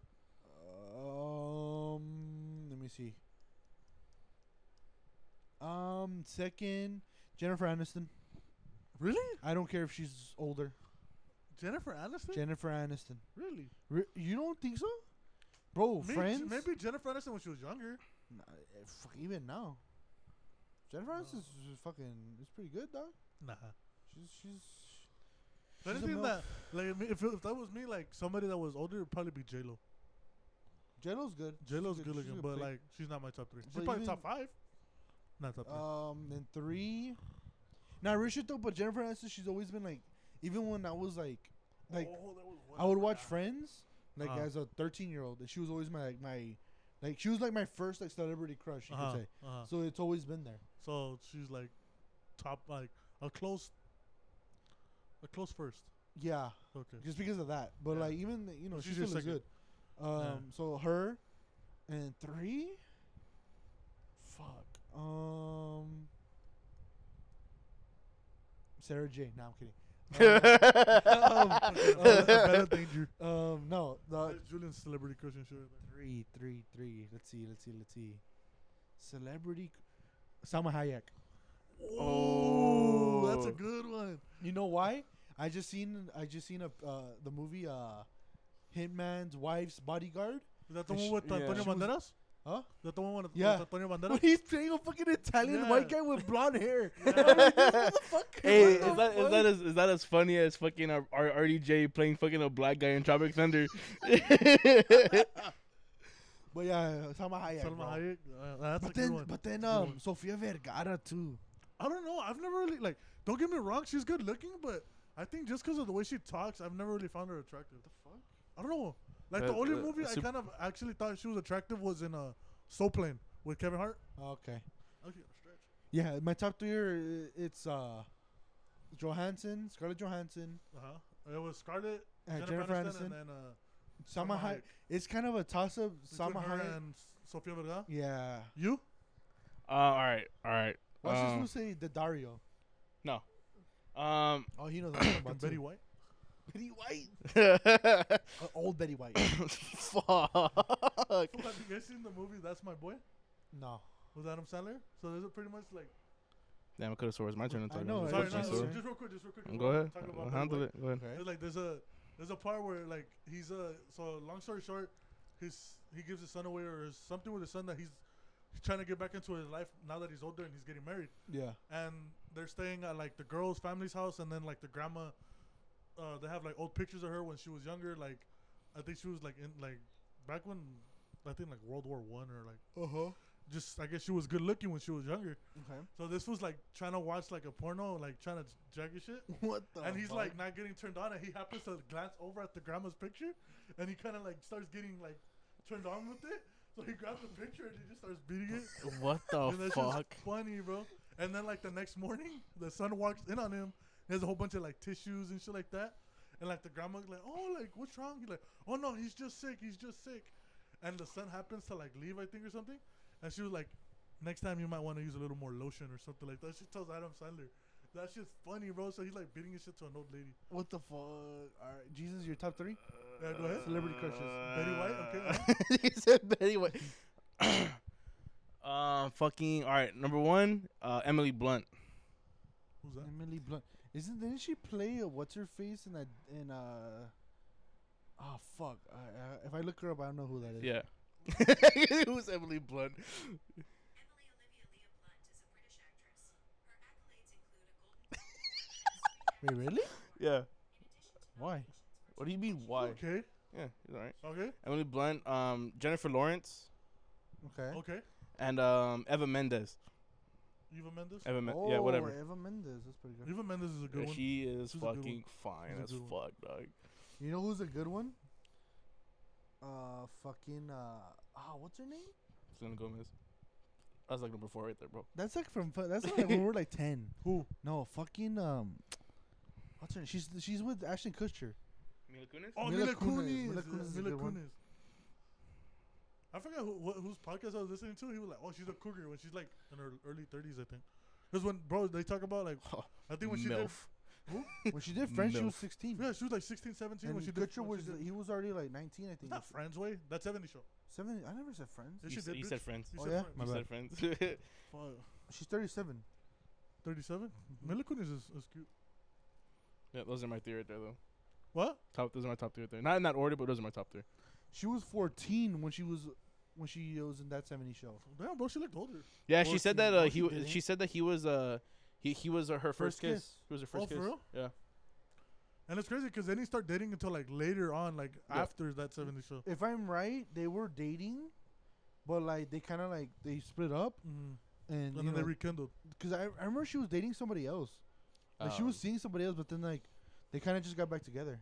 Speaker 2: um, let me see. Um, second, Jennifer Aniston.
Speaker 1: Really?
Speaker 2: I don't care if she's older.
Speaker 1: Jennifer Aniston.
Speaker 2: Jennifer Aniston.
Speaker 1: really?
Speaker 2: Re- you don't think so, bro?
Speaker 1: Maybe,
Speaker 2: Oh, friends?
Speaker 1: Maybe Jennifer Aniston when she was younger.
Speaker 2: Nah, eh, fuck, even now. Jennifer
Speaker 1: No.
Speaker 2: Aniston's is fucking. It's pretty good, dog.
Speaker 1: Nah.
Speaker 2: She's she's.
Speaker 1: But
Speaker 2: she's a
Speaker 1: anything
Speaker 2: milf.
Speaker 1: that like if, if if that was me, like somebody that was older, it'd probably be J Lo.
Speaker 2: J-Lo's good. She's
Speaker 1: J Lo's good
Speaker 2: she's a
Speaker 1: looking, but
Speaker 2: pick.
Speaker 1: like she's not my top three. She's
Speaker 2: But
Speaker 1: probably
Speaker 2: even-
Speaker 1: top five. Not top three.
Speaker 2: Um, then three. Not Richard though, but Jennifer Aniston. She's always been like, even when I was like, like
Speaker 1: Oh, that was one
Speaker 2: I would watch
Speaker 1: forgot.
Speaker 2: Friends, like
Speaker 1: Uh-huh.
Speaker 2: as a thirteen year old, and she was always my like my, like she was like my first like celebrity crush, you
Speaker 1: Uh-huh,
Speaker 2: could say.
Speaker 1: uh-huh.
Speaker 2: So it's always been there.
Speaker 1: So she's like top, like a close, a close first.
Speaker 2: Yeah,
Speaker 1: Okay.
Speaker 2: just because of that. But
Speaker 1: Yeah.
Speaker 2: like even the- you know
Speaker 1: But
Speaker 2: she
Speaker 1: she's
Speaker 2: still
Speaker 1: your
Speaker 2: is
Speaker 1: second.
Speaker 2: good. Um, so her, and three. Fuck. Um. Sarah J. No, I'm kidding. Um,
Speaker 1: Bella Danger.
Speaker 2: um, no, the
Speaker 1: That's Julian's celebrity cushion shit.
Speaker 2: three, three, three. Let's see, let's see, let's see. Celebrity, c- Salma Hayek.
Speaker 1: Oh, that's
Speaker 3: Oh.
Speaker 1: a good one.
Speaker 2: You know why? I just seen, I just seen a uh, the movie uh, Hitman's Wife's Bodyguard.
Speaker 1: Is that the
Speaker 2: And
Speaker 1: one
Speaker 2: she-
Speaker 1: with
Speaker 3: yeah.
Speaker 1: Antonio
Speaker 3: She was-
Speaker 1: Banderas? Is
Speaker 2: Huh?
Speaker 1: that the one with
Speaker 2: Yeah.
Speaker 1: with Antonio
Speaker 2: When
Speaker 1: Banderas?
Speaker 2: he's playing a fucking Italian
Speaker 1: Yeah.
Speaker 2: white guy with blonde hair.
Speaker 3: Hey, is
Speaker 2: What the
Speaker 3: that, is
Speaker 2: fuck?
Speaker 3: that as is that as funny as fucking uh, R- RDJ playing fucking a black guy in Tropic Thunder? Uh,
Speaker 2: But yeah, Salma Hayek.
Speaker 1: Salma
Speaker 2: bro.
Speaker 1: Hayek. Uh, that's a
Speaker 2: But
Speaker 1: good
Speaker 2: then,
Speaker 1: one.
Speaker 2: but then,
Speaker 1: That's a good
Speaker 2: um,
Speaker 1: one.
Speaker 2: Sofia Vergara too.
Speaker 1: I don't know. I've never really like. Don't get me wrong. She's good looking, but I think just because of the way she talks, I've never really found her attractive. The fuck? I don't know. Like the
Speaker 3: That-
Speaker 1: only
Speaker 3: that-
Speaker 1: movie
Speaker 3: that's
Speaker 1: I
Speaker 3: sup-
Speaker 1: kind of actually thought she was attractive was in uh, Soul Plane with Kevin Hart.
Speaker 2: Okay.
Speaker 1: Oh, Okay, stretch.
Speaker 2: Yeah, my top three are uh, it's uh, Johansson, Scarlett Johansson,
Speaker 1: Uh huh. It was Scarlett,
Speaker 2: uh,
Speaker 1: Jennifer, Aniston, and then uh,
Speaker 2: Salma
Speaker 1: Salma
Speaker 2: Hayek.
Speaker 1: Hayek.
Speaker 2: It's kind of a toss up. Salma
Speaker 1: between her
Speaker 2: Hayek.
Speaker 1: and Sofia Vergara.
Speaker 2: Yeah.
Speaker 1: You?
Speaker 3: uh, all right, all right.
Speaker 2: What's this
Speaker 3: Um,
Speaker 2: supposed to say? The Dario.
Speaker 3: Um,
Speaker 2: Oh, he knows what I'm talking
Speaker 1: And
Speaker 2: about.
Speaker 1: Betty
Speaker 2: too.
Speaker 1: White.
Speaker 2: Betty White. Uh, old Betty White.
Speaker 3: fuck.
Speaker 1: So have you guys seen the movie That's My Boy
Speaker 2: no.
Speaker 1: with Adam Sandler? So there's a pretty much like.
Speaker 3: Damn, I could have swore it's my turn. to
Speaker 2: I
Speaker 3: talk
Speaker 2: know,
Speaker 3: now.
Speaker 2: I
Speaker 1: Sorry,
Speaker 3: It's
Speaker 2: was
Speaker 1: no,
Speaker 3: my
Speaker 2: just-
Speaker 1: no,
Speaker 3: story.
Speaker 2: sorry.
Speaker 1: just real quick, just real quick.
Speaker 3: Go ahead.
Speaker 1: Talk about Betty
Speaker 3: Handle
Speaker 1: White.
Speaker 3: it. Go ahead.
Speaker 2: Okay.
Speaker 1: It's like there's a there's a part where like he's a so long story short, his he gives his son away or something with his son that he's he's trying to get back into his life now that he's older and he's getting married
Speaker 2: Yeah.
Speaker 1: and they're staying at like the girl's family's house and then like the grandma, uh, they have like old pictures of her when she was younger like, I think she was like in like back when I think like World War One or like
Speaker 2: Uh huh.
Speaker 1: just I guess she was good looking when she was younger
Speaker 2: Okay.
Speaker 1: so this was like trying to watch like a porno like trying to juggle shit
Speaker 2: What the?
Speaker 1: and he's
Speaker 2: fuck?
Speaker 1: like not getting turned on, and he happens to glance over at the grandma's picture, and he kind of like starts getting like turned on with it. So he grabs the picture and he just starts beating it.
Speaker 3: What
Speaker 1: and
Speaker 3: the
Speaker 1: that's
Speaker 3: Oh, fuck?
Speaker 1: just funny, bro. And then like the next morning, the son walks in on him. There's a whole bunch of like tissues and shit like that, and like the grandma's like, "Oh, like what's wrong?" He's like, "Oh no, he's just sick. He's just sick." And the son happens to like leave, I think, or something, and she was like, "Next time you might want to use a little more lotion or something like that." She tells Adam Sandler. That shit's funny, bro. So he's like beating his shit to an old lady.
Speaker 2: What the fuck? All right, Jesus, your top three?
Speaker 1: Yeah, go ahead.
Speaker 2: Celebrity crushes.
Speaker 1: Betty White, okay.
Speaker 3: he said Betty White. um, fucking. All right, number one, uh, Emily Blunt.
Speaker 1: Who's that?
Speaker 2: Emily Blunt. Isn't didn't she play a what's her face in that in uh? Oh fuck! I, I, if I look her up, I don't know who that is.
Speaker 3: Yeah. Who's Emily Blunt?
Speaker 6: Emily Olivia Leah Blunt is a British actress. Her accolades include a Golden Globe and
Speaker 2: Wait, really?
Speaker 3: Yeah.
Speaker 2: Why?
Speaker 3: What do you mean? Why?
Speaker 1: Okay.
Speaker 3: Yeah, it's all right.
Speaker 1: Okay.
Speaker 3: Emily Blunt, um, Jennifer Lawrence,
Speaker 2: Okay.
Speaker 1: Okay.
Speaker 3: and um, Eva Mendes.
Speaker 1: Eva Mendes.
Speaker 3: Eva, Men- yeah, whatever.
Speaker 2: Oh, Eva Mendes. That's pretty good.
Speaker 1: Eva Mendes is Oh, a good
Speaker 3: Yeah,
Speaker 1: one.
Speaker 3: she is
Speaker 1: She's a good one.
Speaker 3: fucking fine
Speaker 1: She's a
Speaker 3: as
Speaker 1: good
Speaker 3: fuck, dog.
Speaker 2: You know who's a good one? Uh, fucking uh, ah, what's her name?
Speaker 3: Selena Gomez. That's like number four right there, bro.
Speaker 2: That's like from fu- that's like when we were like ten.
Speaker 1: Who?
Speaker 2: No, fucking um, what's her name? She's she's with Ashton Kutcher.
Speaker 3: Mila
Speaker 1: Oh,
Speaker 2: Mila
Speaker 1: Mila,
Speaker 2: Kunis.
Speaker 1: Kunis.
Speaker 2: Mila
Speaker 1: Mila
Speaker 2: Kunis is
Speaker 1: Kunis.
Speaker 2: a
Speaker 1: Mila
Speaker 2: good one.
Speaker 1: Kunis. I forgot who, wh- whose podcast I was listening to. He was like, "Oh, she's a cougar when she's like in her early 30s, I think." Because when bro, they talk about like, I think when she
Speaker 3: Milf.
Speaker 2: When she did Friends, she was
Speaker 3: Milf.
Speaker 2: sixteen.
Speaker 1: did, yeah, she was like 16, 17
Speaker 2: and
Speaker 1: when she did.
Speaker 2: Kutcher
Speaker 1: when
Speaker 2: was
Speaker 1: she did-
Speaker 2: he was already like nineteen, I
Speaker 1: it's
Speaker 2: think.
Speaker 1: not Friends way. That's 70 show.
Speaker 2: Seven. I never said Friends.
Speaker 1: Yes,
Speaker 3: You
Speaker 1: she
Speaker 3: s-
Speaker 1: did,
Speaker 3: you
Speaker 1: bitch.
Speaker 3: said Friends.
Speaker 1: You
Speaker 2: Oh,
Speaker 1: said
Speaker 2: yeah?
Speaker 1: Friends.
Speaker 2: My
Speaker 3: You said
Speaker 2: bad.
Speaker 3: friends.
Speaker 1: Fuck.
Speaker 2: She's thirty-seven.
Speaker 1: 37. Mila Kunis is, is cute.
Speaker 3: yeah, those are my three right there, though.
Speaker 1: What?
Speaker 3: Top, those are my top three right there. Not in that order, but those are my top three.
Speaker 2: She was fourteen when she was when she was in that seventy show.
Speaker 1: Damn, bro, she looked older.
Speaker 3: Yeah, she said that
Speaker 2: 14.
Speaker 3: uh,
Speaker 2: No,
Speaker 3: he.
Speaker 2: she
Speaker 3: w-
Speaker 2: didn't.
Speaker 3: She said that he was uh, he he was uh, her first,
Speaker 2: First
Speaker 3: kiss.
Speaker 2: kiss.
Speaker 3: He was her
Speaker 1: Oh,
Speaker 3: first
Speaker 1: for
Speaker 3: kiss.
Speaker 1: real?
Speaker 3: Yeah.
Speaker 1: And it's crazy because they didn't start dating until like later on, like
Speaker 3: Yeah.
Speaker 1: after that 70 show.
Speaker 2: If I'm right, they were dating, but like they kind of like they split up
Speaker 1: Mm-hmm.
Speaker 2: and
Speaker 1: And then they
Speaker 2: because
Speaker 1: rekindled.
Speaker 2: I, I remember she was dating somebody else. Like she was
Speaker 1: Oh.
Speaker 2: seeing somebody else, but then like they kind of just got back together.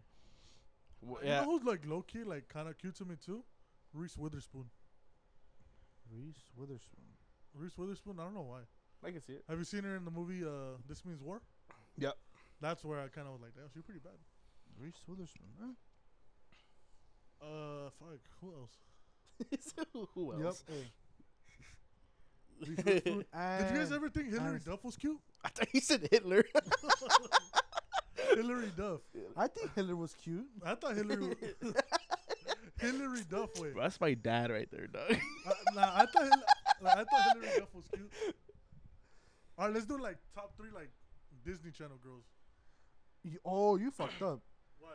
Speaker 3: Um, w-
Speaker 1: You
Speaker 3: yeah.
Speaker 1: know who's like low key, like kind of cute to me too? Reese Witherspoon.
Speaker 2: Reese Witherspoon.
Speaker 1: Reese Witherspoon. I don't know why.
Speaker 3: I can see it.
Speaker 1: Have you seen her in the movie uh, This Means War?
Speaker 3: Yep.
Speaker 1: That's where I kind of was like, damn, she's pretty bad.
Speaker 2: Reese Witherspoon. Huh?
Speaker 1: Uh, fuck. Who else?
Speaker 3: So Who
Speaker 2: Yep.
Speaker 3: else?
Speaker 2: Hey.
Speaker 1: Did you guys ever think Hillary
Speaker 2: Nice.
Speaker 1: Duff was cute?
Speaker 3: I thought you said Hitler.
Speaker 1: Hillary Duff.
Speaker 2: I think Hitler was cute.
Speaker 1: I thought Hillary. wa- Hillary Duff. Wait.
Speaker 3: Bro, that's my dad right there, dog.
Speaker 1: Uh, nah, I thought Hil- nah, I thought Hillary Duff was cute. All right, let's do like top three like Disney Channel girls.
Speaker 2: You- oh, you fucked up.
Speaker 1: Why?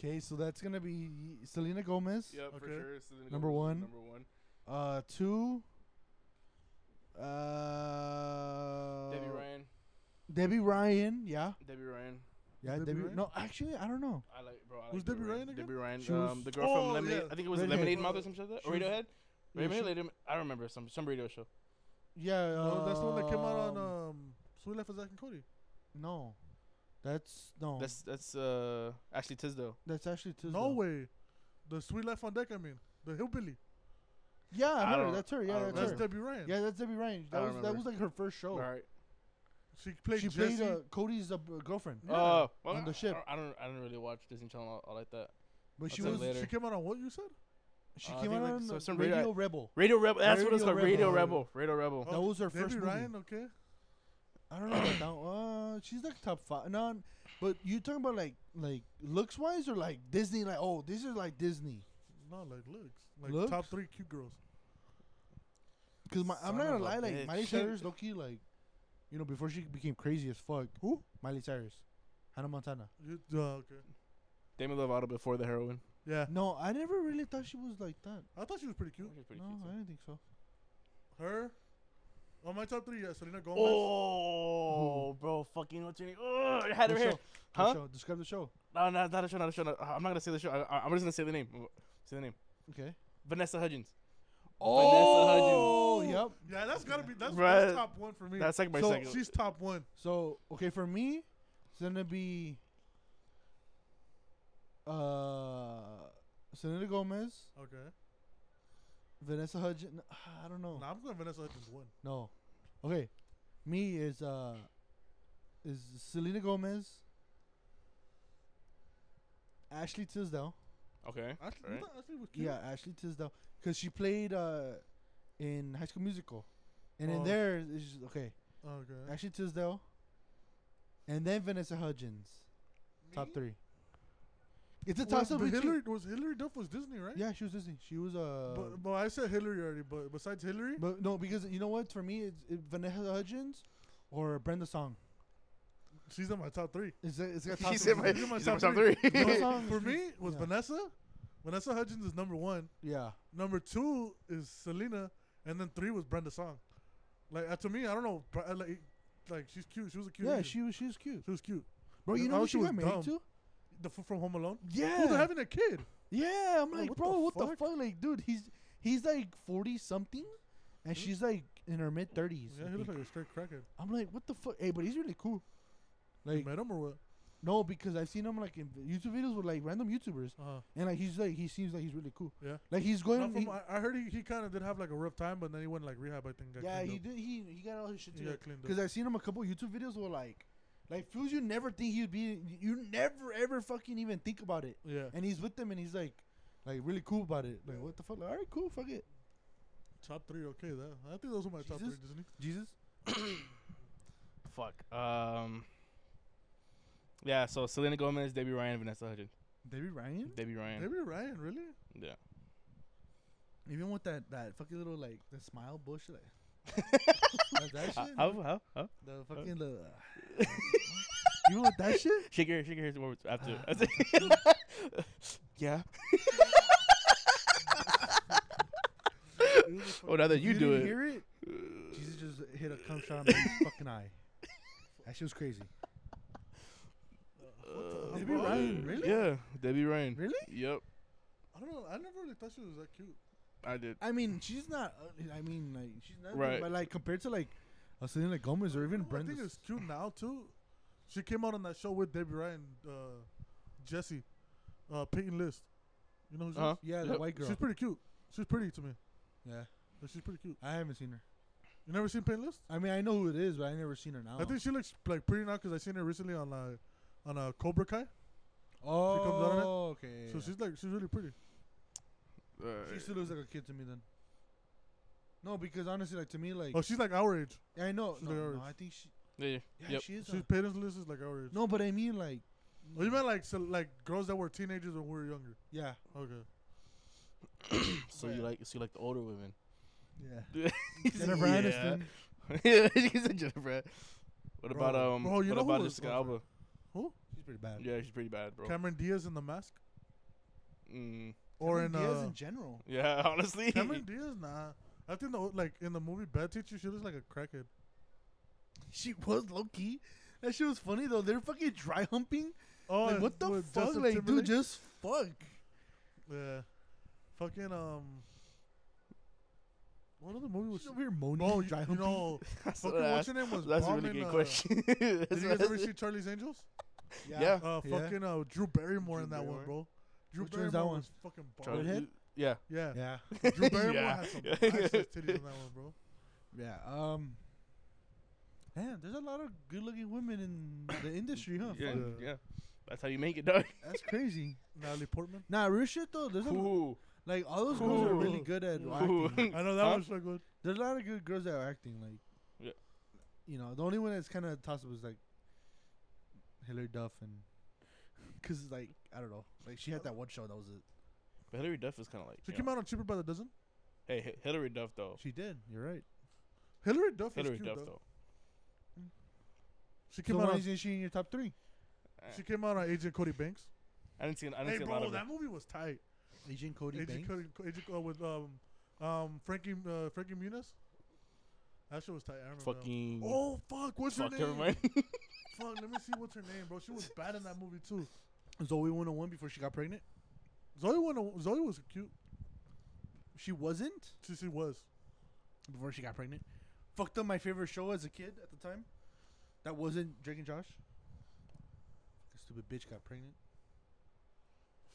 Speaker 2: Okay, so that's gonna be Selena Gomez.
Speaker 3: yep,
Speaker 1: for
Speaker 3: for
Speaker 1: Okay.
Speaker 3: sure.
Speaker 1: sure.
Speaker 2: Number one.
Speaker 3: Number one.
Speaker 2: Uh, two. Uh,
Speaker 3: Debbie Ryan.
Speaker 2: Debbie Ryan, yeah,
Speaker 3: Debbie Ryan.
Speaker 2: yeah.
Speaker 1: Debbie
Speaker 2: Debbie.
Speaker 1: Ryan?
Speaker 2: No, actually, I don't know.
Speaker 3: I like, bro. I like
Speaker 1: Who's Debbie Ryan again?
Speaker 3: Debbie Ryan.
Speaker 2: She was-
Speaker 3: um, the girl
Speaker 1: Oh,
Speaker 3: from Lemonade.
Speaker 1: yeah.
Speaker 3: I think it was
Speaker 2: Redhead.
Speaker 3: Lemonade Mouth or some shit like that.
Speaker 2: She was-
Speaker 3: Radiohead.
Speaker 2: yeah,
Speaker 3: Radiohead.
Speaker 2: she-
Speaker 3: Ladym- I don't remember some some radio show.
Speaker 2: Yeah. Uh,
Speaker 1: No, that's the one that came out on um, Sweet Life of Zack and Cody.
Speaker 2: No, that's no.
Speaker 3: That's that's uh Ashley Tisdale.
Speaker 2: that's actually Tisdale.
Speaker 1: No way. The Sweet Life on Deck. I mean, the hillbilly.
Speaker 2: Yeah,
Speaker 3: I
Speaker 2: her,
Speaker 3: don't-
Speaker 2: that's
Speaker 3: I
Speaker 2: her. Yeah,
Speaker 3: don't
Speaker 2: that's
Speaker 1: That's
Speaker 2: her.
Speaker 1: Debbie Ryan.
Speaker 2: yeah, that's Debbie Ryan. That
Speaker 3: don't
Speaker 2: was that
Speaker 3: remember.
Speaker 2: was like her first show.
Speaker 3: All right.
Speaker 1: She played
Speaker 2: She
Speaker 1: Jessie.
Speaker 2: played uh, Cody's uh, b- girlfriend,
Speaker 1: Yeah.
Speaker 3: Uh, well,
Speaker 2: On the
Speaker 3: I-
Speaker 2: ship.
Speaker 3: I don't, I don't. I don't really watch Disney Channel all, all like that.
Speaker 2: but she
Speaker 3: That's
Speaker 2: was
Speaker 3: it. later.
Speaker 1: She came out on what you said?
Speaker 2: she
Speaker 3: Uh, I
Speaker 2: came
Speaker 3: think,
Speaker 2: out
Speaker 3: like,
Speaker 2: on
Speaker 3: so-
Speaker 2: the
Speaker 3: some radio-
Speaker 2: Radio Rebel.
Speaker 3: Radio Rebel. That's what it's
Speaker 2: Radio
Speaker 3: called. Radio
Speaker 2: Rebel.
Speaker 3: Rebel. Radio Rebel.
Speaker 2: That was her
Speaker 1: Oh, Debbie
Speaker 2: first movie.
Speaker 1: Ryan. Okay.
Speaker 2: I don't know about that. one. Uh, she's like top five. No, but you talking about like like looks wise or like Disney? Like oh, this is like Disney.
Speaker 1: No, like looks. Like
Speaker 2: Looks?
Speaker 1: top three cute girls.
Speaker 2: Cause my,
Speaker 3: Son
Speaker 2: I'm not gonna
Speaker 3: of a
Speaker 2: lie, like
Speaker 3: bitch.
Speaker 2: Miley Cyrus, low key, like you know before she became crazy as fuck. Who? Miley Cyrus, Hannah Montana.
Speaker 1: You, uh, okay.
Speaker 3: Demi Lovato before the heroin.
Speaker 1: Yeah.
Speaker 2: No, I never really thought she was like that.
Speaker 1: I thought she was pretty cute.
Speaker 3: She's pretty
Speaker 2: No,
Speaker 3: cute,
Speaker 2: I
Speaker 3: too.
Speaker 2: didn't think so.
Speaker 1: Her. On my top three, yeah, Selena Gomez.
Speaker 3: Oh, bro, fucking what's your name? Oh, I had her
Speaker 2: The
Speaker 3: hair.
Speaker 2: show, the
Speaker 3: Huh?
Speaker 2: show. Describe the show.
Speaker 3: No, no, not a show, not a show. Not, uh, I'm not gonna say the show. I, I, I'm just gonna say the name. Say the name.
Speaker 2: Okay.
Speaker 3: Vanessa Hudgens.
Speaker 2: Oh,
Speaker 3: Vanessa Hudgens.
Speaker 2: yep.
Speaker 1: Yeah, that's gotta be that's,
Speaker 3: Right.
Speaker 1: that's top one for me.
Speaker 3: That's like my
Speaker 2: So,
Speaker 3: second.
Speaker 1: She's top one.
Speaker 2: So okay, for me, it's gonna be uh Selena Gomez,
Speaker 1: Okay.
Speaker 2: Vanessa Hudgens. I don't
Speaker 3: Oh.
Speaker 2: know.
Speaker 1: Nah, I'm going Vanessa Hudgens one.
Speaker 2: No. Okay. Me is uh is Selena Gomez, Ashley Tisdale.
Speaker 3: okay.
Speaker 1: Ashley,
Speaker 3: Alright.
Speaker 1: you thought Ashley was cute.
Speaker 2: Yeah, Ashley Tisdale, because she played uh in High School Musical, and in
Speaker 1: Oh.
Speaker 2: there it's just- okay
Speaker 1: Okay.
Speaker 2: Ashley Tisdale, and then Vanessa Hudgens, top three. It's a toss
Speaker 1: Was,
Speaker 2: up
Speaker 1: but
Speaker 2: between.
Speaker 1: Hillary was Hillary Duff was Disney, right?
Speaker 2: Yeah, she was Disney. She was uh.
Speaker 1: But, but I said Hillary already. But besides Hillary,
Speaker 2: But no, because you know what? For me, it's it, Vanessa Hudgens or Brenda Song.
Speaker 1: she's in my top three.
Speaker 2: It's a, it's got
Speaker 3: She
Speaker 2: toss
Speaker 3: said
Speaker 2: up
Speaker 3: my-
Speaker 2: between-
Speaker 1: She's in my
Speaker 3: she's in my
Speaker 1: top
Speaker 3: top
Speaker 1: three.
Speaker 3: three.
Speaker 2: Brenda
Speaker 1: No,
Speaker 2: Song
Speaker 1: for
Speaker 2: is-
Speaker 1: me, was
Speaker 2: yeah.
Speaker 1: Vanessa. Vanessa Hudgens is number one.
Speaker 2: Yeah.
Speaker 1: Number two is Selena, and then three was Brenda Song. Like uh, to me, I don't know. Br- uh, Like, like she's cute. She was a cute.
Speaker 2: Yeah,
Speaker 1: Asian.
Speaker 2: she was she was cute.
Speaker 1: she was cute.
Speaker 2: Bro,
Speaker 1: Yeah,
Speaker 2: you know
Speaker 1: oh,
Speaker 2: who
Speaker 1: she
Speaker 2: she
Speaker 1: was
Speaker 2: got married
Speaker 1: dumb.
Speaker 2: to?
Speaker 1: The f- from Home Alone.
Speaker 2: Yeah.
Speaker 1: Oh, they're having a kid.
Speaker 2: yeah, I'm like,
Speaker 1: what the
Speaker 2: bro, what the
Speaker 1: fuck?
Speaker 2: fuck? Like, dude, he's he's like forty something, and she's like in her mid thirties.
Speaker 1: Yeah, he looks like a straight crackhead.
Speaker 2: I'm like, what the fuck? Hey, but he's really cool.
Speaker 1: You
Speaker 2: Like,
Speaker 1: met him or what?
Speaker 2: no, because I've seen him like in YouTube videos with like random YouTubers,
Speaker 1: Uh,
Speaker 2: and like he's like he seems like he's really cool.
Speaker 1: Yeah.
Speaker 2: Like he's going.
Speaker 1: not from,
Speaker 2: he-
Speaker 1: I, I heard he, he kind of did have like a rough time, but then he went like rehab. I think. got
Speaker 2: yeah,
Speaker 1: cleaned
Speaker 2: he
Speaker 1: up.
Speaker 2: did. He he got all his shit
Speaker 1: He
Speaker 2: together.
Speaker 1: got cleaned up.
Speaker 2: Because I've seen him a couple YouTube videos where like, like fools you never think he'd be. You never ever fucking even think about it.
Speaker 1: Yeah.
Speaker 2: And he's with them, and he's like, like really cool about it. Like, what the fuck? Like, all right, cool, fuck it.
Speaker 1: Top three, okay. That I think those are my top three
Speaker 2: Jesus?
Speaker 1: Disney.
Speaker 2: Jesus.
Speaker 3: Fuck. Um. Yeah. So Selena Gomez, Debbie Ryan, Vanessa Hudgens.
Speaker 2: Debbie Ryan.
Speaker 3: Debbie Ryan.
Speaker 1: Maybe Ryan, really?
Speaker 3: Yeah.
Speaker 2: Even with that that fucking little like the smile bullshit. Like, like that shit.
Speaker 3: Uh, How? How? How?
Speaker 2: the
Speaker 3: uh,
Speaker 2: fucking the. you know what that shit?
Speaker 3: Shake your, shake your hair words after. after. yeah. oh, now that you do
Speaker 2: didn't
Speaker 3: it. Uh,
Speaker 2: Hear it? Jesus just hit a cum shot in his fucking eye. That shit was crazy.
Speaker 3: Uh,
Speaker 1: Debbie
Speaker 3: bro.
Speaker 1: Ryan, really?
Speaker 3: Yeah, Debbie Ryan.
Speaker 2: Really?
Speaker 3: Yep,
Speaker 1: I don't know. I never really thought she was that cute.
Speaker 3: I did.
Speaker 2: I mean, she's not. ugly, I mean, like she's not.
Speaker 3: Right.
Speaker 2: But like compared to like a Selena Gomez or even
Speaker 1: Ooh, I
Speaker 2: Brenda.
Speaker 1: think it's cute now too. She came out on that show with Debbie Ryan, uh, Jesse, uh, Peyton List. You know who she
Speaker 3: Uh-huh.
Speaker 2: Yeah, the
Speaker 3: Yep.
Speaker 2: white
Speaker 1: is?
Speaker 2: girl.
Speaker 1: She's pretty cute. She's pretty to me.
Speaker 2: yeah,
Speaker 1: Like, she's pretty cute.
Speaker 2: I haven't seen her.
Speaker 1: You never seen Peyton List?
Speaker 2: I mean, I know who it is, but I never seen her now.
Speaker 1: I think she looks like pretty now because I seen her recently on like on uh, Cobra Kai.
Speaker 2: oh,
Speaker 1: comes out on it.
Speaker 2: okay.
Speaker 3: Oh,
Speaker 1: So she's like she's really pretty.
Speaker 2: She still looks like a kid to me then. No, because honestly, like to me, like
Speaker 1: Oh, she's like our age.
Speaker 2: I know,
Speaker 1: she's
Speaker 2: no,
Speaker 1: like
Speaker 2: no,
Speaker 1: ours.
Speaker 2: I think she,
Speaker 3: yeah.
Speaker 2: yeah,
Speaker 3: Yep.
Speaker 2: she is.
Speaker 1: She's
Speaker 2: a-
Speaker 1: parents list is like our age.
Speaker 2: no, but I mean, like,
Speaker 1: Oh, you meant like so, like girls that were teenagers when we were younger.
Speaker 2: yeah,
Speaker 1: Okay.
Speaker 3: So you like so you like the older women.
Speaker 2: yeah.
Speaker 3: Jennifer Aniston. yeah, she said Jennifer. An- What about
Speaker 1: Bro,
Speaker 3: um?
Speaker 1: bro, you know
Speaker 3: what
Speaker 1: who
Speaker 3: about
Speaker 1: was-
Speaker 3: Jessica
Speaker 1: oh, sorry.
Speaker 3: Alba?
Speaker 2: she's pretty bad.
Speaker 3: Yeah, she's pretty bad, bro.
Speaker 1: Cameron Diaz in The Mask,
Speaker 3: Mm,
Speaker 1: or in
Speaker 2: Cameron Diaz
Speaker 1: uh,
Speaker 2: in general.
Speaker 3: yeah, honestly.
Speaker 1: Cameron Diaz. Nah, I think the, like in the movie Bad Teacher, she looks like a crackhead.
Speaker 2: She was low key. That shit was funny though. They're fucking dry humping.
Speaker 1: Oh,
Speaker 2: like
Speaker 1: and
Speaker 2: what the
Speaker 1: with
Speaker 2: fuck?
Speaker 1: Justin
Speaker 2: like,
Speaker 1: Timberlake?
Speaker 2: dude, just fuck.
Speaker 1: yeah, fucking um. What other movie was?
Speaker 2: She's over here moaning.
Speaker 1: Bro,
Speaker 2: and
Speaker 1: you,
Speaker 2: dry
Speaker 1: you
Speaker 2: humping.
Speaker 1: know,
Speaker 3: That's
Speaker 1: fucking
Speaker 3: what I
Speaker 1: what's
Speaker 3: asked.
Speaker 1: her name was
Speaker 3: That's a
Speaker 1: bomb
Speaker 3: really
Speaker 1: in,
Speaker 3: good
Speaker 1: uh,
Speaker 3: question.
Speaker 1: Did you guys ever see Charlie's Angels?
Speaker 3: Yeah.
Speaker 1: Uh,
Speaker 2: Yeah.
Speaker 1: fucking uh, Drew Barrymore
Speaker 3: Drew
Speaker 1: in that one,
Speaker 3: Barrymore.
Speaker 1: bro. Drew
Speaker 2: Which
Speaker 1: Barrymore
Speaker 2: one's that one?
Speaker 1: was fucking bomb.
Speaker 3: Charlie-
Speaker 2: Redhead?
Speaker 3: Yeah.
Speaker 1: Yeah.
Speaker 2: Yeah,
Speaker 1: Drew Barrymore
Speaker 3: Yeah.
Speaker 1: had some
Speaker 3: Yeah.
Speaker 1: nice titties in that one, bro.
Speaker 2: yeah. Um, man, there's a lot of good-looking women in the industry, huh?
Speaker 3: Yeah,
Speaker 2: Fuck.
Speaker 1: fuck.
Speaker 3: yeah. That's how you make it, dog.
Speaker 2: That's crazy.
Speaker 1: Natalie Portman.
Speaker 2: Nah, real shit though. There's a,
Speaker 3: Cool.
Speaker 2: like all those girls are really
Speaker 3: Cool.
Speaker 2: good at
Speaker 3: Cool.
Speaker 2: acting.
Speaker 1: I know that
Speaker 3: Huh?
Speaker 1: was so good.
Speaker 2: There's a lot of good girls that are acting. Like,
Speaker 3: Yeah.
Speaker 2: you know, the only one that's kind of toss up was like Hilary Duff and because like I don't know, like she had that one show that was it.
Speaker 3: But Hillary Duff is kind of like.
Speaker 1: She
Speaker 3: you
Speaker 1: came
Speaker 3: know-
Speaker 1: out on Cheaper by the Dozen.
Speaker 3: Hey, Hi- Hillary Duff though.
Speaker 2: She did. You're right.
Speaker 1: Hillary Duff is
Speaker 3: Hillary
Speaker 1: cute,
Speaker 3: Duff
Speaker 1: though.
Speaker 3: though.
Speaker 1: She came
Speaker 2: So
Speaker 1: out.
Speaker 2: why
Speaker 1: On,
Speaker 2: isn't she in your top three?
Speaker 1: she came out on Agent Cody Banks.
Speaker 3: I didn't see. I didn't
Speaker 1: Hey,
Speaker 3: see a lot
Speaker 1: bro,
Speaker 3: of. it.
Speaker 1: that movie was tight.
Speaker 2: Agent Cody
Speaker 1: Agent
Speaker 2: Banks.
Speaker 1: Cody, Co- Agent uh, with um, um, Frankie uh, Frankie Muniz. That shit was tight. I remember. that one.
Speaker 3: Fucking.
Speaker 1: Oh fuck! What's
Speaker 3: fuck.
Speaker 1: her name?
Speaker 3: Never mind.
Speaker 1: Fuck. Let me see what's her name, bro. She was bad in that movie too.
Speaker 2: Zoe 101 before she got pregnant.
Speaker 1: Zoe went, Zoe was cute.
Speaker 2: She wasn't
Speaker 1: She, she was.
Speaker 2: before she got pregnant. Fucked up my favorite show as a kid at the time. That wasn't Drake and Josh. Stupid bitch got pregnant.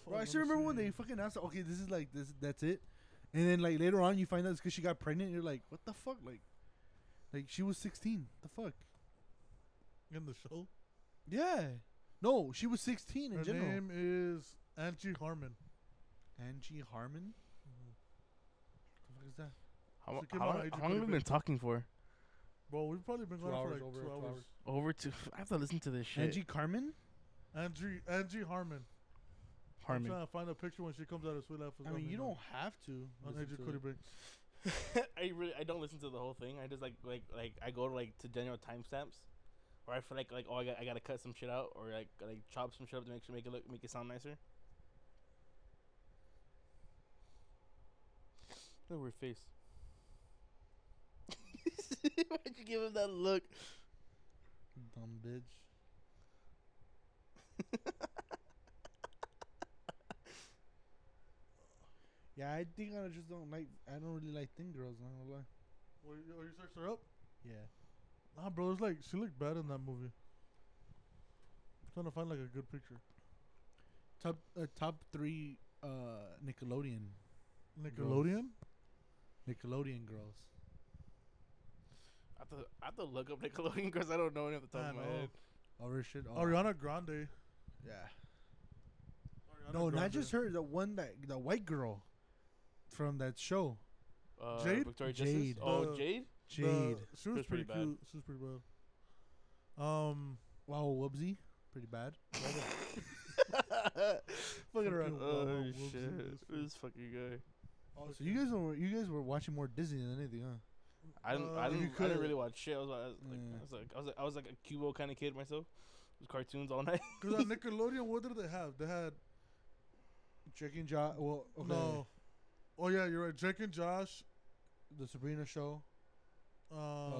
Speaker 2: Bro, I
Speaker 1: Fuck,
Speaker 2: still
Speaker 1: let me
Speaker 2: remember when they
Speaker 1: see.
Speaker 2: fucking announced, okay, this is like this, that's it, and then like later on you find out it's because she got pregnant. And you're like, what the fuck, like, like she was 16. The fuck.
Speaker 1: in the show.
Speaker 2: Yeah. No, she was 16 in
Speaker 1: Her
Speaker 2: general.
Speaker 1: name is Angie Harmon.
Speaker 2: Angie Harmon. What the fuck is that?
Speaker 3: How,
Speaker 1: She came
Speaker 3: how,
Speaker 1: out
Speaker 3: long-
Speaker 1: Agent
Speaker 3: how long have we
Speaker 1: Cody
Speaker 3: been talking for?
Speaker 1: Bro, we've probably been
Speaker 7: Two
Speaker 1: going for
Speaker 7: hours
Speaker 1: like
Speaker 7: over,
Speaker 1: two
Speaker 7: two
Speaker 1: hours.
Speaker 7: hours.
Speaker 3: Over to. I have to listen to this shit.
Speaker 2: Angie Carmen.
Speaker 1: Angie Angie Harmon. I'm
Speaker 3: Harmon.
Speaker 1: trying to find a picture when she comes out of Sweet Life. of
Speaker 2: I mean,
Speaker 1: Zombie
Speaker 2: you
Speaker 1: Man.
Speaker 2: don't have to.
Speaker 1: On
Speaker 2: listen
Speaker 1: Agent
Speaker 2: to
Speaker 1: Cody
Speaker 2: it.
Speaker 1: Banks.
Speaker 3: I really. I don't listen to the whole thing. I just like like like. I go to like to general timestamps. Or I feel like like oh I got I gotta cut some shit out or like like chop some shit up to make sure make it look make it sound nicer. That weird face. Why'd you give him that look?
Speaker 2: Dumb bitch. yeah, I think I just don't like. I don't really like thin girls. I'm not gonna lie.
Speaker 1: Well, you, oh, you searched her up?
Speaker 2: Yeah.
Speaker 1: Nah, bro, it's like she looked bad in that movie. I'm trying to find like a good picture.
Speaker 2: Top uh, top three uh Nickelodeon
Speaker 1: Nickelodeon.
Speaker 2: Nickelodeon girls.
Speaker 3: I have to, I have to look up Nickelodeon because I don't know any off the top
Speaker 1: I
Speaker 3: of my
Speaker 1: know.
Speaker 3: head.
Speaker 2: Oh, real shit. Oh,
Speaker 1: Ariana Grande.
Speaker 2: Yeah.
Speaker 1: Ariana
Speaker 2: No, not
Speaker 1: Grande.
Speaker 2: just her. The one that the white girl from that show,
Speaker 3: Uh,
Speaker 1: Jade?
Speaker 3: Victoria Justice?
Speaker 2: Jade.
Speaker 3: Oh,
Speaker 1: The-
Speaker 3: Jade?
Speaker 1: The-
Speaker 2: Jade.
Speaker 1: She was,
Speaker 3: was
Speaker 1: pretty,
Speaker 3: pretty bad.
Speaker 1: cute. She was pretty bad. Um,
Speaker 2: wow, Wubsy, pretty bad.
Speaker 3: Fucking
Speaker 1: around.
Speaker 3: Oh,
Speaker 1: Wow, whoops, it
Speaker 3: shit.
Speaker 1: is
Speaker 3: This fucking guy.
Speaker 2: Oh, so you guys were you guys were watching more Disney than anything, huh?
Speaker 3: I didn't,
Speaker 1: Uh,
Speaker 3: I,
Speaker 1: if
Speaker 3: didn't,
Speaker 1: you
Speaker 3: I
Speaker 1: could-
Speaker 3: didn't really watch shit. I was, like, I was like,
Speaker 2: Yeah.
Speaker 3: I was like, I was like, I was like a Cubo kind of kid myself. With cartoons all night.
Speaker 1: because on Nickelodeon, what did they have? They had
Speaker 2: Drake and Josh. Well, okay.
Speaker 1: no. Oh yeah, you're right. Jake and Josh.
Speaker 2: The Sabrina Show.
Speaker 1: Um,
Speaker 2: Um,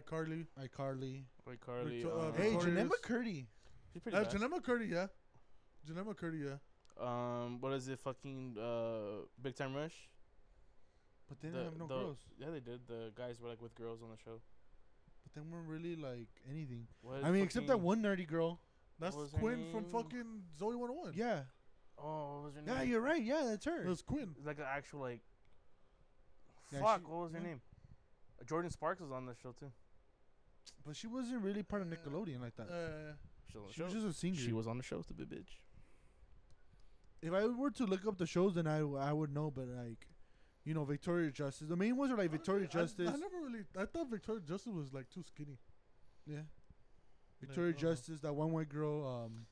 Speaker 1: iCarly.
Speaker 2: iCarly.
Speaker 3: Like Carly.
Speaker 1: Victor- uh,
Speaker 3: um,
Speaker 2: Hey,
Speaker 1: Victoria-
Speaker 2: Janelle
Speaker 1: Victorious.
Speaker 2: McCurdy.
Speaker 3: she's pretty
Speaker 1: Uh,
Speaker 3: bad.
Speaker 1: Janelle McCurdy, yeah. Janelle McCurdy, yeah.
Speaker 3: Um, what is it? Fucking uh, Big Time Rush.
Speaker 2: But they
Speaker 3: The-
Speaker 2: didn't have no
Speaker 3: the-
Speaker 2: girls.
Speaker 3: Yeah, they did. The guys were like with girls on the show.
Speaker 2: But they weren't really like anything.
Speaker 3: What
Speaker 2: I mean, except that
Speaker 3: fucking-
Speaker 2: one nerdy girl.
Speaker 1: That's
Speaker 3: was her
Speaker 1: Quinn from
Speaker 3: name?
Speaker 1: fucking Zoe 101.
Speaker 2: Yeah.
Speaker 3: Oh, what was her name?
Speaker 2: Yeah, you're right. Yeah, that's her.
Speaker 1: That's Quinn.
Speaker 3: It's like an actual like.
Speaker 2: Yeah,
Speaker 3: fuck,
Speaker 2: she-
Speaker 3: what was her
Speaker 2: yeah.
Speaker 3: name? Uh, Jordan Sparks was on the show too.
Speaker 2: But she wasn't really part of Nickelodeon like that.
Speaker 1: Uh,
Speaker 3: She was on the
Speaker 2: she was
Speaker 3: show.
Speaker 2: just a singer.
Speaker 3: She was on the show, stupid bitch.
Speaker 2: if I were to look up the shows, then I, w- I would know. But like, you know, Victoria Justice. The main ones are like Victoria
Speaker 1: I-
Speaker 2: Justice,
Speaker 1: I, never really. I thought Victoria Justice was like too skinny.
Speaker 2: Victoria
Speaker 1: uh-uh.
Speaker 2: Justice, that one white girl, um,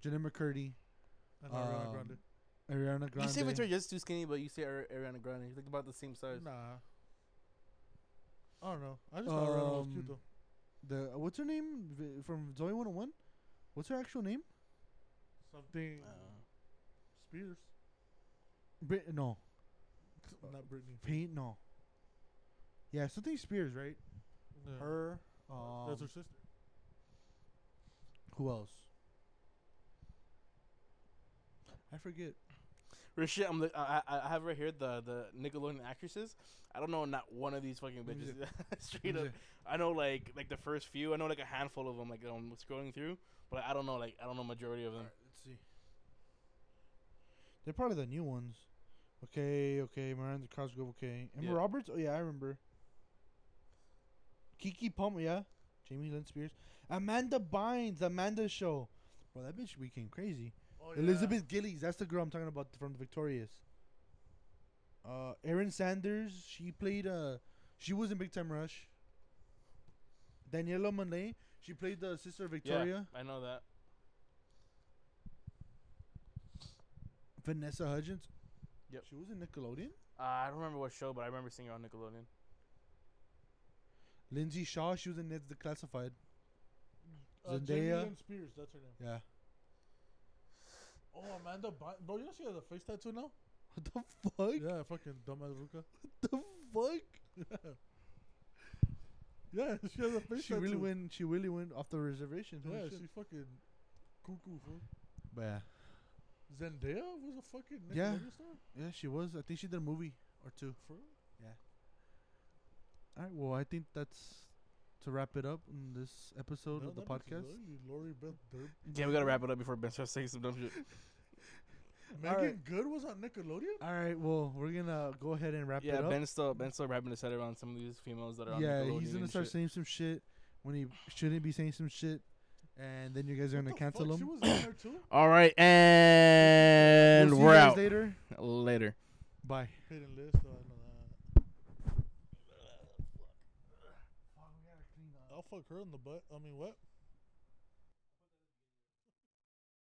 Speaker 2: Jenna McCurdy,
Speaker 1: And Ariana
Speaker 2: Um,
Speaker 1: Grande.
Speaker 2: Ariana Grande.
Speaker 3: You say Victoria just too skinny, but you say Ari- Ariana Grande. You think about the same size.
Speaker 1: Nah. I don't know. I just thought Ariana was
Speaker 2: Um,
Speaker 1: cute though.
Speaker 2: The uh, what's her name Vi- from Zoe 101? What's her actual name?
Speaker 1: Something. Spears.
Speaker 2: Brit- no,
Speaker 1: Not Britney.
Speaker 2: Payne. No. Yeah, something Spears, right?
Speaker 1: Yeah.
Speaker 2: Her.
Speaker 1: That's
Speaker 2: Um,
Speaker 1: her sister.
Speaker 2: who else? I forget.
Speaker 3: Rashid, I'm look, I, I I have right here the the Nickelodeon actresses. I don't know not one of these fucking
Speaker 2: Let me
Speaker 3: bitches. Straight up, I know like like the first few. I know like a handful of them. Like I'm scrolling through, but I don't know like I don't know majority of them.
Speaker 2: let's see. They're probably the new ones. Okay, okay, Miranda Cosgrove, okay. Emma
Speaker 3: Yeah.
Speaker 2: Roberts? Oh, yeah, I remember. Kiki Palmer, yeah. Jamie Lynn Spears. Amanda Bynes, Amanda Show. Bro, that bitch became crazy.
Speaker 1: Oh,
Speaker 2: Elizabeth Gillies, that's the girl I'm talking about from The Victorious. Uh, Erin Sanders, she played, uh, she was in Big Time Rush. Daniela Monet, she played the sister of Victoria.
Speaker 3: Yeah, I know that.
Speaker 2: Vanessa Hudgens.
Speaker 3: Yep.
Speaker 2: She was in Nickelodeon.
Speaker 3: Uh, I don't remember what show, but I remember seeing her on Nickelodeon.
Speaker 2: Lindsay Shaw. She was in Ned's Declassified.
Speaker 1: Uh, Jamie
Speaker 2: Zendaya.
Speaker 1: Lynn Spears. That's her name.
Speaker 2: Yeah.
Speaker 1: Oh, Amanda. By- Bro, you know she has a face tattoo now?
Speaker 2: What the fuck?
Speaker 1: Yeah, fucking dumbass Ruka.
Speaker 2: The fuck?
Speaker 1: Yeah, she has a face
Speaker 2: She
Speaker 1: tattoo.
Speaker 2: really went. She really went off the reservation. holy
Speaker 1: Yeah,
Speaker 2: shit.
Speaker 1: she fucking cuckoo, fool.
Speaker 2: But yeah.
Speaker 1: Zendaya was a fucking Nickelodeon
Speaker 2: Yeah.
Speaker 1: star?
Speaker 2: Yeah, she was. I think she did a movie or two.
Speaker 1: For real?
Speaker 2: All right. Well, I think that's to wrap it up on this episode
Speaker 1: No,
Speaker 2: of the
Speaker 1: that bitch is
Speaker 2: podcast.
Speaker 1: ugly. Lori Beth Dur-
Speaker 3: Yeah, we gotta wrap it up before Ben starts saying some dumb shit.
Speaker 1: Megan
Speaker 2: right.
Speaker 1: Good was on Nickelodeon?
Speaker 2: All right. Well, we're gonna go ahead and wrap
Speaker 3: Yeah,
Speaker 2: it up.
Speaker 3: Ben's still Ben's still wrapping his head around some of these females that are on
Speaker 2: yeah,
Speaker 3: Nickelodeon.
Speaker 2: he's gonna
Speaker 3: and
Speaker 2: start
Speaker 3: shit.
Speaker 2: saying some shit when he shouldn't be saying some shit, and then you guys are
Speaker 1: What
Speaker 2: gonna
Speaker 1: the
Speaker 2: cancel
Speaker 1: fuck?
Speaker 2: him.
Speaker 1: She was on there too?
Speaker 3: All right, and
Speaker 2: We'll see you
Speaker 3: we're
Speaker 2: guys
Speaker 3: out
Speaker 2: later.
Speaker 3: later.
Speaker 2: Bye.
Speaker 1: Hidden list, though, I know that. I'll fuck her in the butt. I mean, what?